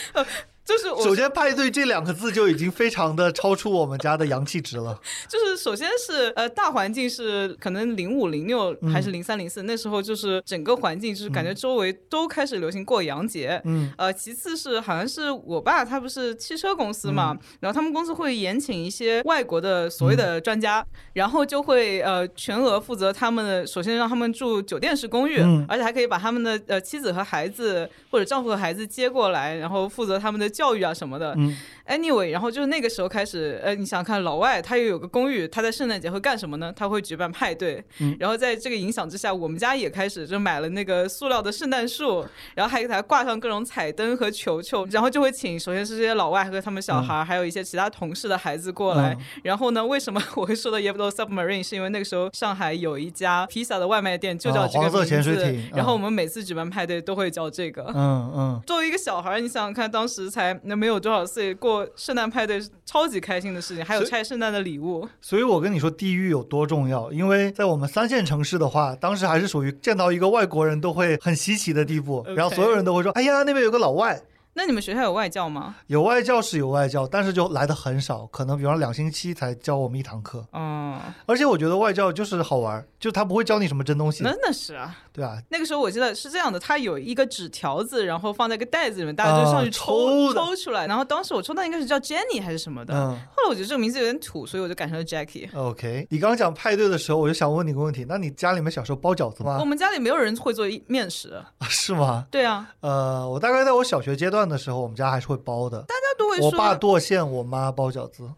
S1: 就是 我
S2: 首先“派对”这两个字就已经非常的超出我们家的阳气 值了。
S1: 就是首先是呃大环境是可能零五零六
S2: 嗯
S1: 还是零三零四那时候就是整个环境就是感觉周围都开始流行过洋节，
S2: 嗯，
S1: 呃，其次是好像是我爸他不是汽车公司嘛，
S2: 嗯
S1: 然后他们公司会延请一些外国的所谓
S2: 嗯
S1: 的专家，然后就会呃全额负责他们的，首先让他们住酒店式公寓，
S2: 嗯
S1: 而且还可以把他们的呃妻子和孩子或者丈夫和孩子接过来，然后负责他们的教育啊什么的。
S2: 嗯
S1: Anyway，然后就是那个时候开始，呃，你想想看老外他又有个公寓，他在圣诞节会干什么呢？他会举办派对，
S2: 嗯
S1: 然后在这个影响之下，我们家也开始就买了那个塑料的圣诞树，然后还给它挂上各种彩灯和球球，然后就会请首先是这些老外和他们小孩，还有一些其他同事的孩子过来。
S2: 嗯
S1: 然后呢，为什么 我会说到 Yellow Submarine？是因为那个时候上海有一家披萨的外卖店就叫
S2: 啊
S1: 这个名
S2: 黄
S1: 字，
S2: 色潜水艇
S1: 然后
S2: 嗯
S1: 我们每次举办派对都会叫这个。
S2: 嗯嗯，
S1: 作为一个小孩儿，你想想看，当时才那没有多少岁，过圣诞派对是超级开心的事情，还有
S2: 所以
S1: 拆圣诞的礼物。
S2: 所以我跟你说地域有多重要，因为在我们三线城市的话，当时还是属于见到一个外国人都会很稀奇的地步，
S1: OK
S2: 然后所有人都会说：“哎呀，那边有个老外。”
S1: 那你们学校有外教吗？
S2: 有外教是有外教，但是就来的很少，可能比方两星期才教我们一堂课。
S1: 哦，
S2: 而且我觉得外教就是好玩儿，就他不会教你什么真东西
S1: 那，那是啊。
S2: 对吧？
S1: 那个时候我记得是这样的，它有一个纸条子，然后放在一个袋子里面，大家就上去
S2: 啊
S1: 抽、
S2: 抽的
S1: 抽出来。然后当时我抽到应该是叫 Jenny 还是什么的，
S2: 嗯
S1: 后来我觉得这个名字有点土，所以我就改成了 Jackie。
S2: ，OK。你刚讲派对的时候，我就想问你个问题：那你家里面小时候包饺子
S1: 我
S2: 吗？
S1: 们家里没有人会做面食，
S2: 是吗？
S1: 对啊，
S2: 呃，我大概在我小学阶段的时候，我们家还是会包的。
S1: 大家都会
S2: 我爸
S1: 说。
S2: 剁馅，我妈包饺子，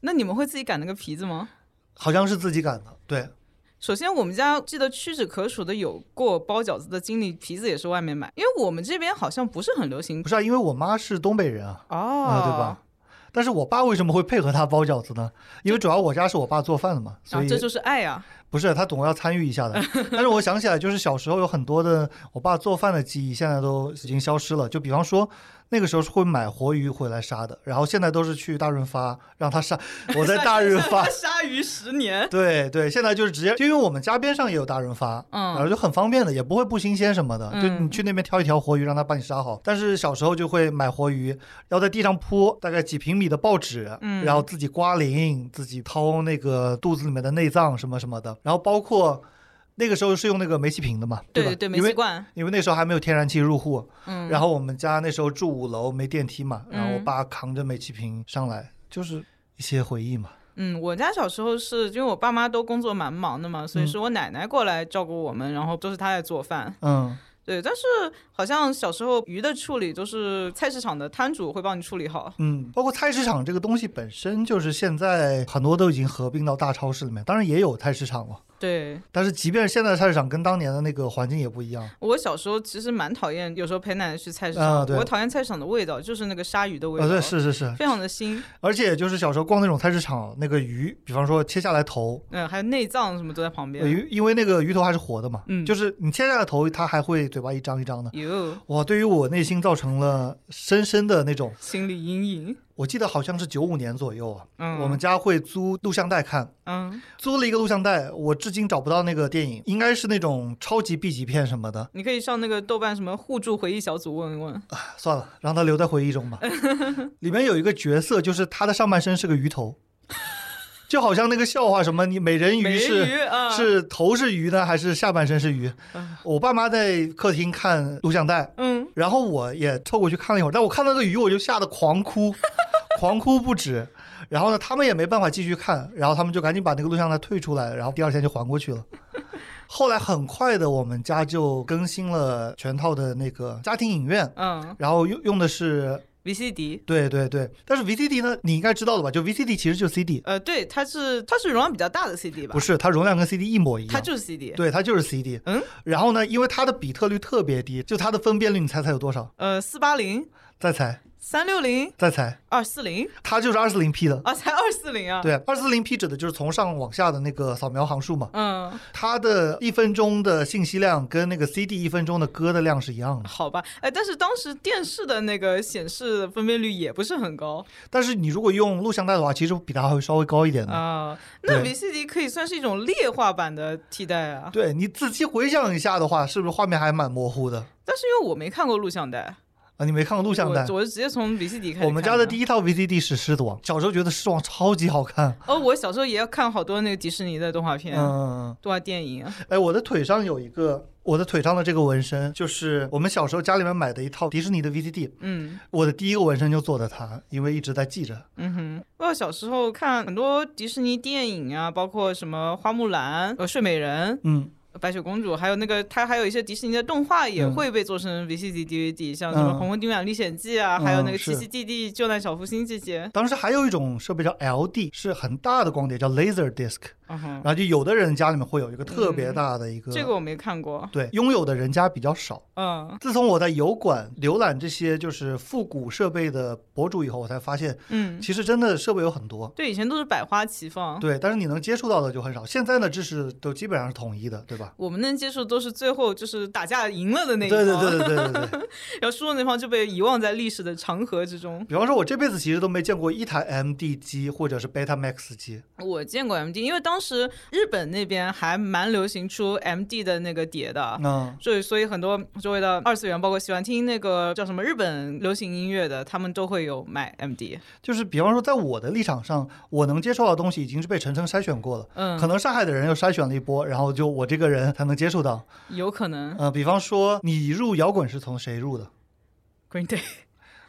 S1: 那你们会自己擀那个皮子吗？
S2: 好像是自己擀的。对，
S1: 首先，我们家记得屈指可数的有过包饺子的经历，皮子也是外面买，因为我们这边好像不是很流行
S2: 不是啊，因为我妈是东北人啊，
S1: 哦、
S2: 啊，对吧？？但是我爸为什么会配合他包饺子呢？因为主要我家是我爸做饭的嘛，所
S1: 啊，
S2: 以
S1: 这就是爱呀、，
S2: 不是他总要参与一下的。但是我想起来，就是小时候有很多的我爸做饭的记忆，现在都已经消失了。就比方说，那个时候是会买活鱼回来杀的，然后现在都是去大润发让他杀。我在大润发
S1: 鲨鱼十年，
S2: 对对，现在就是直接，就因为我们家边上也有大润发，然后
S1: 嗯，
S2: 就很方便的，也不会不新鲜什么的，就
S1: 嗯
S2: 你去那边挑一条活鱼，让他帮你杀好。但是小时候就会买活鱼，要在地上铺大概几平米的报纸，
S1: 嗯
S2: 然后自己刮鳞，自己掏那个肚子里面的内脏什么什么的，然后包括。那个时候是用那个煤气瓶的嘛，
S1: 对
S2: 吧？
S1: 对对，煤
S2: 因
S1: 气
S2: 为
S1: 罐，
S2: 因为那时候还没有天然气入户，
S1: 嗯，
S2: 然后我们家那时候住五楼没电梯嘛，然后我
S1: 嗯
S2: 爸扛着煤气瓶上来，就是一些回忆嘛。
S1: 嗯，我家小时候是因为我爸妈都工作蛮忙的嘛，所以
S2: 嗯
S1: 是我奶奶过来照顾我们，然后都是她在做饭。
S2: 嗯，
S1: 对，但是好像小时候鱼的处理就是菜市场的摊主会帮你处理好。
S2: 嗯，包括菜市场这个东西本身，就是现在很多都已经合并到大超市里面，当然也有菜市场了。
S1: 对
S2: 但是即便是现在的菜市场，跟当年的那个环境也不一样。
S1: 我小时候其实蛮讨厌，有时候陪奶奶去菜市场，
S2: 啊对
S1: 我讨厌菜市场的味道，就是那个鲨鱼的味道，
S2: 呃，对，是是是，
S1: 非常的腥。
S2: 而且就是小时候逛那种菜市场，那个鱼，比方说切下来头，呃
S1: 嗯，还有内脏什么都在旁边。
S2: 鱼因为那个鱼头还是活的嘛，
S1: 嗯
S2: 就是你切下来头，它还会嘴巴一张一张的。
S1: 哟，
S2: 哇，对于我内心造成了深深的那种，
S1: 心理阴影。
S2: 我记得好像是九五年左右啊，
S1: 嗯，
S2: 我们家会租录像带看，
S1: 嗯，
S2: 租了一个录像带，我至今找不到那个电影，应该是那种超级 B 级片什么的。
S1: 你可以上那个豆瓣什么互助回忆小组问一问。
S2: 算了，让它留在回 忆中吧。里面有一个角色，就是他的上半身是个鱼头，就好像那个笑话什么，你美人鱼
S1: 美
S2: 是
S1: 人鱼啊，
S2: 是头是鱼呢，还是下半身是鱼？
S1: 啊
S2: 我爸妈在客厅看录像带，
S1: 嗯。
S2: 然后我也凑过去看了一会儿，但我看到那个鱼，我就吓得狂哭， 狂哭不止。然后呢，他们也没办法继续看，然后他们就赶紧把那个录像带退出来，然后第二天就还过去了。后来很快的，我们家就更新了全套的那个家庭影院，
S1: 嗯
S2: 然后用用的是
S1: ，VCD，
S2: 对对对，但是 VCD 呢，你应该知道的吧？就 VCD 其实就是 CD，
S1: 呃，对，它是它是容量比较大的 CD 吧？
S2: 不
S1: 是，
S2: 是，它容量跟 CD 一模一
S1: 它
S2: 样。
S1: 就是 CD。
S2: 对，它就是 CD。
S1: 嗯，
S2: 然后呢，因为它的比特率特别低，就它的分辨率，你猜猜有多少？
S1: 呃，四八零、
S2: 再猜，
S1: 三六零、
S2: 再猜，
S1: 二四零
S2: 它就是二四零 P 的。
S1: 啊，才二四零啊。，
S2: 对，二四零 P 指的就是从上往下的那个扫描行数嘛。
S1: 嗯，
S2: 它的一分钟的信息量跟那个 CD 一分钟的歌的量是一样的。
S1: 好吧，哎，但是当时电视的那个显示分辨率也不是很高
S2: 但是你如果用录像带的话，其实比它还会稍微高一点的。
S1: 啊、那
S2: 对
S1: VCD 可以算是一种劣化版的替代啊。
S2: 对你仔细回想一下的话，是不是画面还蛮模糊的
S1: 但是因为我没看过录像带，
S2: 啊？你没看过录像带？
S1: 我我是直接从 VCD 开始。
S2: 我们家的第
S1: 一，
S2: 一套 VCD 是《狮子王》，小时候觉得《狮子王》超级好看。
S1: 哦，我小时候也要看好多那个迪士尼的动画片、
S2: 嗯，
S1: 动画电影啊。
S2: 哎，我的腿上有一个，我的腿上的这个纹身，就是我们小时候家里面买的一套迪士尼的 VCD。
S1: 嗯
S2: 我的第一个纹身就做的它，因为一直在记着。
S1: 嗯哼，我小时候看很多迪士尼电影啊，包括什么花木兰、呃睡美人、
S2: 嗯，
S1: 白雪公主，还有那个它还有一些迪士尼的动画也
S2: 嗯
S1: 会被做成 VCD、DVD，像什么《
S2: 嗯
S1: 红红军长历险记》啊，还有那个
S2: 嗯
S1: 《
S2: 是
S1: 奇奇弟弟救难小福星》这些。
S2: 当时还有一种设备叫 LD，是很大的光碟，叫 Laser Disc。
S1: 嗯哼
S2: 然，后就有的人家里面会有一个特别大的一个，
S1: 嗯这个我没看过。
S2: 对，拥有的人家比较少。
S1: 嗯
S2: 自从我在油管浏览这些就是复古设备的博主以后，我才发现，
S1: 嗯，哦
S2: 其实真的设备有很多。
S1: 对，以前都是百花齐放。
S2: 对，但是你能接触到的就很少。现在的知识都基本上是统一的，对吧？
S1: 我们能接触都是最后就是打架赢了的那
S2: 对
S1: 一方，
S2: 对对对对对 对。
S1: 然后输的那方就被遗忘在历史的长河之中。
S2: 比方说，我这辈子其实都没见过一台 MD 机或者是 Betamax 机。
S1: 我见过 MD，因为当时日本那边还蛮流行出 MD 的那个碟的。
S2: 嗯，
S1: 所以，所以很多周围的二次元，包括喜欢听那个叫什么日本流行音乐的，他们都会有买 MD。
S2: 就是比方说，在我的立场上，我能接触到的东西已经是被层层筛选过了。
S1: 嗯，
S2: 可能上海的人又筛选了一波，然后就我这个人才能接触到。
S1: 有可能
S2: 呃，比方说你入摇滚是从谁入的
S1: Green Day。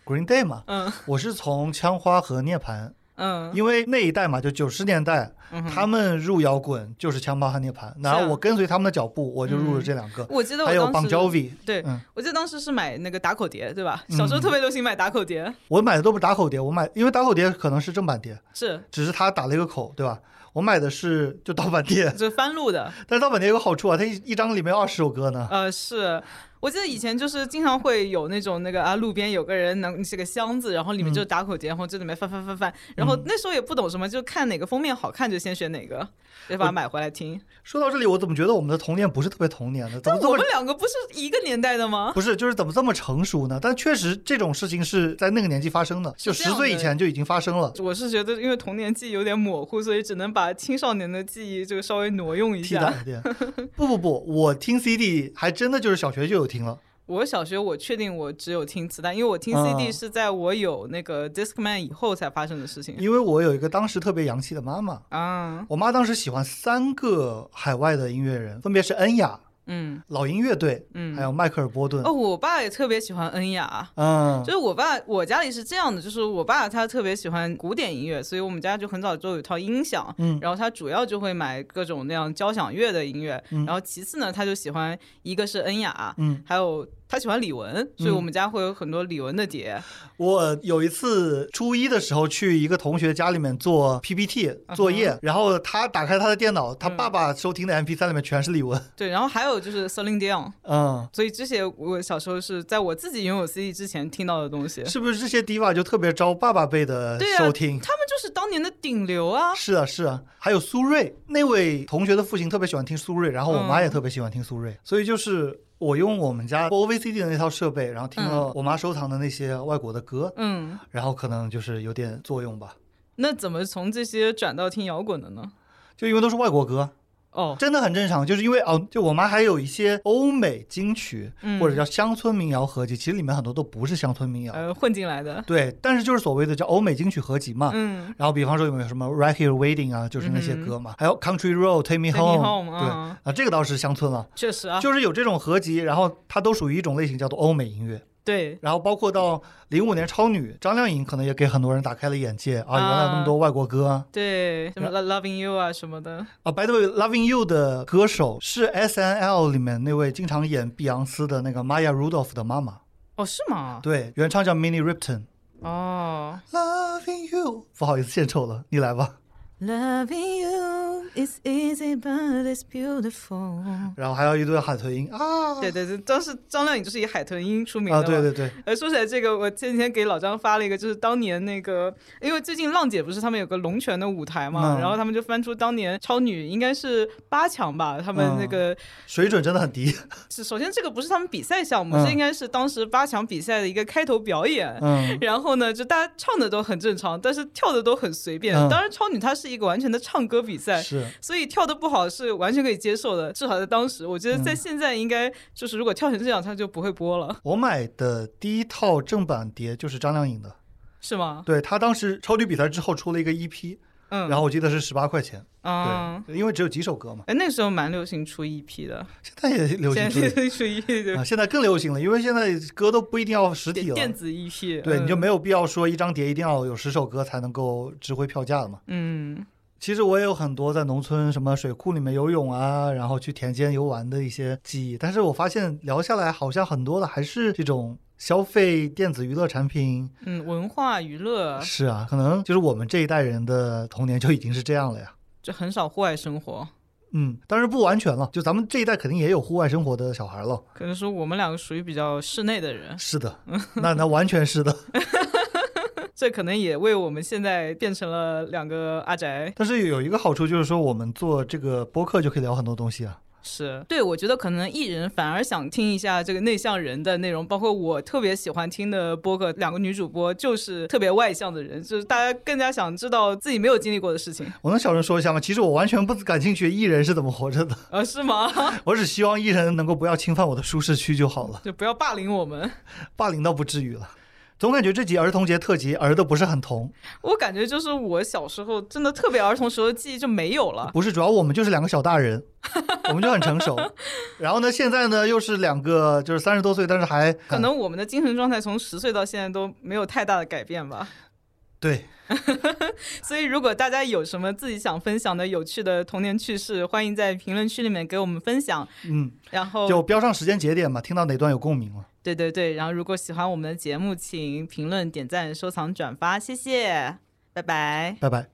S2: ？Green Day 嘛，
S1: 嗯
S2: 我是从枪花和涅槃
S1: 嗯，
S2: 因为那一代嘛，就九十年代，
S1: 嗯哼啊
S2: 他们入摇滚就是枪炮和涅槃，然后我跟随他们的脚步，我就入了这两个，
S1: 嗯我记得
S2: 还有
S1: 我
S2: Bon
S1: 当时
S2: Jovi，
S1: 对
S2: 嗯，
S1: 我记得当时是买那个打口碟，对吧？小时候特别流行买打口碟，
S2: 我买的都不是打口碟，我买因为打口碟可能是正版碟，
S1: 是
S2: 只是他打了一个口，对吧？我买的是就盗版碟，
S1: 就是翻录的，
S2: 但是盗版碟有个好处啊，它一一张里面有二十首歌呢。
S1: 呃，是。我记得以前就是经常会有那种那个啊，路边有个人能是个箱子，然后里面
S2: 嗯
S1: 就是打口碟，然后这里面翻翻翻翻，然后那时候也不懂什么，就看哪个封面好看就先选哪个，就把它买回来听。
S2: 说到这里，我怎么觉得我们的童年不是特别童年呢？怎
S1: 但
S2: 么这
S1: 我
S2: 么
S1: 们两个不是一个年代的吗？
S2: 不是，就是怎么这么成熟呢？但确实这种事情是在那个年纪发生的，
S1: 是
S2: 就
S1: 这样
S2: 十
S1: 的
S2: 岁以前就已经发生了。
S1: 我是觉得因为童年记忆有点模糊，所以只能把青少年的记忆这个稍微挪用一
S2: 替代
S1: 下。
S2: 一点， 不不不，我听 CD 还真的就是小学就有听了。
S1: 我小学我确定我只有听磁带，因为我听
S2: 嗯
S1: CD 是在我有那个 Discman 以后才发生的事情。
S2: 因为我有一个当时特别洋气的妈妈，
S1: 啊，
S2: 我妈当时喜欢三个海外的音乐人，分别是恩雅、
S1: 嗯
S2: 老鹰乐队，
S1: 嗯
S2: 还。有迈克尔·波顿。
S1: 哦，我爸也特别喜欢恩雅。
S2: 嗯
S1: 就是我爸，我家里是这样的，就是我爸他特别喜欢古典音乐，所以我们家就很早就有一套音响，
S2: 嗯
S1: 然后他主要就会买各种那样交响乐的音乐，
S2: 嗯
S1: 然后其次呢，他就喜欢一个是恩雅，
S2: 嗯，
S1: 还有他喜欢李玟，所以我们家会有很多李玟的碟，
S2: 我有一次初一的时候去一个同学家里面做 PPT 作业，然后他打开他的电脑，他
S1: 嗯
S2: 爸爸收听的 MP3 里面全是李玟。
S1: 对，然后还有就是 Celine Dion，
S2: 嗯，
S1: 所以这些我小时候是在我自己拥有 CD 之前听到的东西，
S2: 是不是这些 diva 就特别招爸爸辈的
S1: 对啊
S2: 收听？
S1: 他们就是当年的顶流啊，
S2: 是啊，是啊，还有苏芮，那位同学的父亲特别喜欢听苏芮，然后我妈也特别喜欢听苏芮，所以就是我用我们家播 VCD 的那套设备，然后听了我妈收藏的那些外国的歌，
S1: 嗯，
S2: 然后可能就是有点作用吧，
S1: 那怎么从这些转到听摇滚的呢？
S2: 就因为都是外国歌，
S1: 哦，
S2: 真的很正常，就是因为哦，就我妈还有一些欧美金曲
S1: 嗯
S2: 或者叫乡村民谣合集，其实里面很多都不是乡村民谣，
S1: 呃，混进来的，
S2: 对，但是就是所谓的叫欧美金曲合集嘛，
S1: 嗯。
S2: 然后比方说有没有什么 Right Here Waiting 啊，就是那些歌嘛，还有 Country Road Take Me
S1: Take Me
S2: Home，,
S1: Home，
S2: 对
S1: 嗯
S2: 啊，这个倒是乡村了。
S1: 确实啊，
S2: 就是有这种合集，然后它都属于一种类型，叫做欧美音乐。
S1: 对，
S2: 然后包括到零五年超女张靓颖，可能也给很多人打开了眼界啊，原来有那么多外国歌啊。
S1: 对，什么 Lo- Loving You 啊什么的，
S2: 啊，By the way，Loving You 的歌手是 S N L 里面那位经常演碧昂斯的那个 Maya Rudolph 的妈妈，
S1: 哦，是吗？
S2: 对，原唱叫 Minnie Ripton。
S1: 哦
S2: Loving You，不好意思献丑了，你来吧。
S1: ，Loving You is easy but it's beautiful。
S2: 然后还有一堆海豚音啊，
S1: 对对对，当时张靓颖就是以海豚音出名的
S2: 啊，
S1: 嘛
S2: 对对对，
S1: 呃，说起来这个，我前几天给老张发了一个，就是当年那个，因为最近浪姐不是他们有个龙泉的舞台嘛，
S2: 嗯
S1: 然后他们就翻出当年超女应该是八强吧，他们那
S2: 嗯
S1: 个
S2: 水准真的很低。
S1: 是首先这个不是他们比赛项目，
S2: 嗯
S1: 这应该是当时八强比赛的一个开头表演。
S2: 嗯，
S1: 然后呢，就大家唱的都很正常，但是跳的都很随便。
S2: 嗯
S1: 当然，超女它是一个完全的唱歌比赛，
S2: 是。
S1: 所以跳的不好是完全可以接受的。至少在当时，我觉得在现在应该就是如果跳成这样，它就不会播了，
S2: 我买的第一套正版碟就是张靓颖的，
S1: 是吗？
S2: 对她当时超女比赛之后出了一个 EP，
S1: 哦嗯，
S2: 然后我记得是十八块钱，
S1: 嗯，
S2: 对，因为只有几首歌嘛，
S1: 哎，那时候蛮流行出 EP 的，
S2: 现在也流行
S1: 现
S2: 出
S1: 在流行出 E EP
S2: 啊，
S1: 的
S2: 现在更流行了，因为现在歌都不一定要实体
S1: 电
S2: 了，
S1: 电子 EP，
S2: 对，
S1: 嗯
S2: 你就没有必要说一张碟一定要有十首歌才能够值回票价了嘛。
S1: 嗯
S2: 其实我也有很多在农村什么水库里面游泳啊，然后去田间游玩的一些记忆，但是我发现聊下来好像很多的还是这种消费电子娱乐产品，
S1: 嗯文化娱乐
S2: 是啊，可能就是我们这一代人的童年就已经是这样了呀。
S1: 就很少户外生活。
S2: 嗯，当然不完全了，就咱们这一代肯定也有户外生活的小孩了。
S1: 可能说我们两个属于比较室内的人，
S2: 是的，那那完全是的。
S1: 这可能也为我们现在变成了两个阿宅。
S2: 但是有一个好处就是说，我们做这个播客就可以聊很多东西啊。
S1: 是对，我觉得可能艺人反而想听一下这个内向人的内容，包括我特别喜欢听的播客，两个女主播就是特别外向的人，就是大家更加想知道自己没有经历过的事情，
S2: 我能小声说一下吗？其实我完全不感兴趣艺人是怎么活着的，
S1: 呃，是吗？
S2: 我只希望艺人能够不要侵犯我的舒适区就好了，
S1: 就不要霸凌我们。
S2: 霸凌倒不至于了。总感觉这集儿童节特辑儿的不是很童，
S1: 我感觉就是我小时候真的特别儿童时候的记忆就没有了。
S2: 不是，主要我们就是两个小大人，我们就很成熟。然后呢，现在呢又是两个就是三十多岁，但是还
S1: 可能我们的精神状态从十岁到现在都没有太大的改变吧。
S2: 对，
S1: 所以，如果大家有什么自己想分享的有趣的童年趣事，欢迎在评论区里面给我们分享。
S2: 嗯，
S1: 然后，
S2: 就标上时间节点嘛，听到哪段有共鸣了。
S1: 对对对，然后如果喜欢我们的节目，请评论、点赞、收藏、转发，谢谢，拜拜。
S2: 拜拜。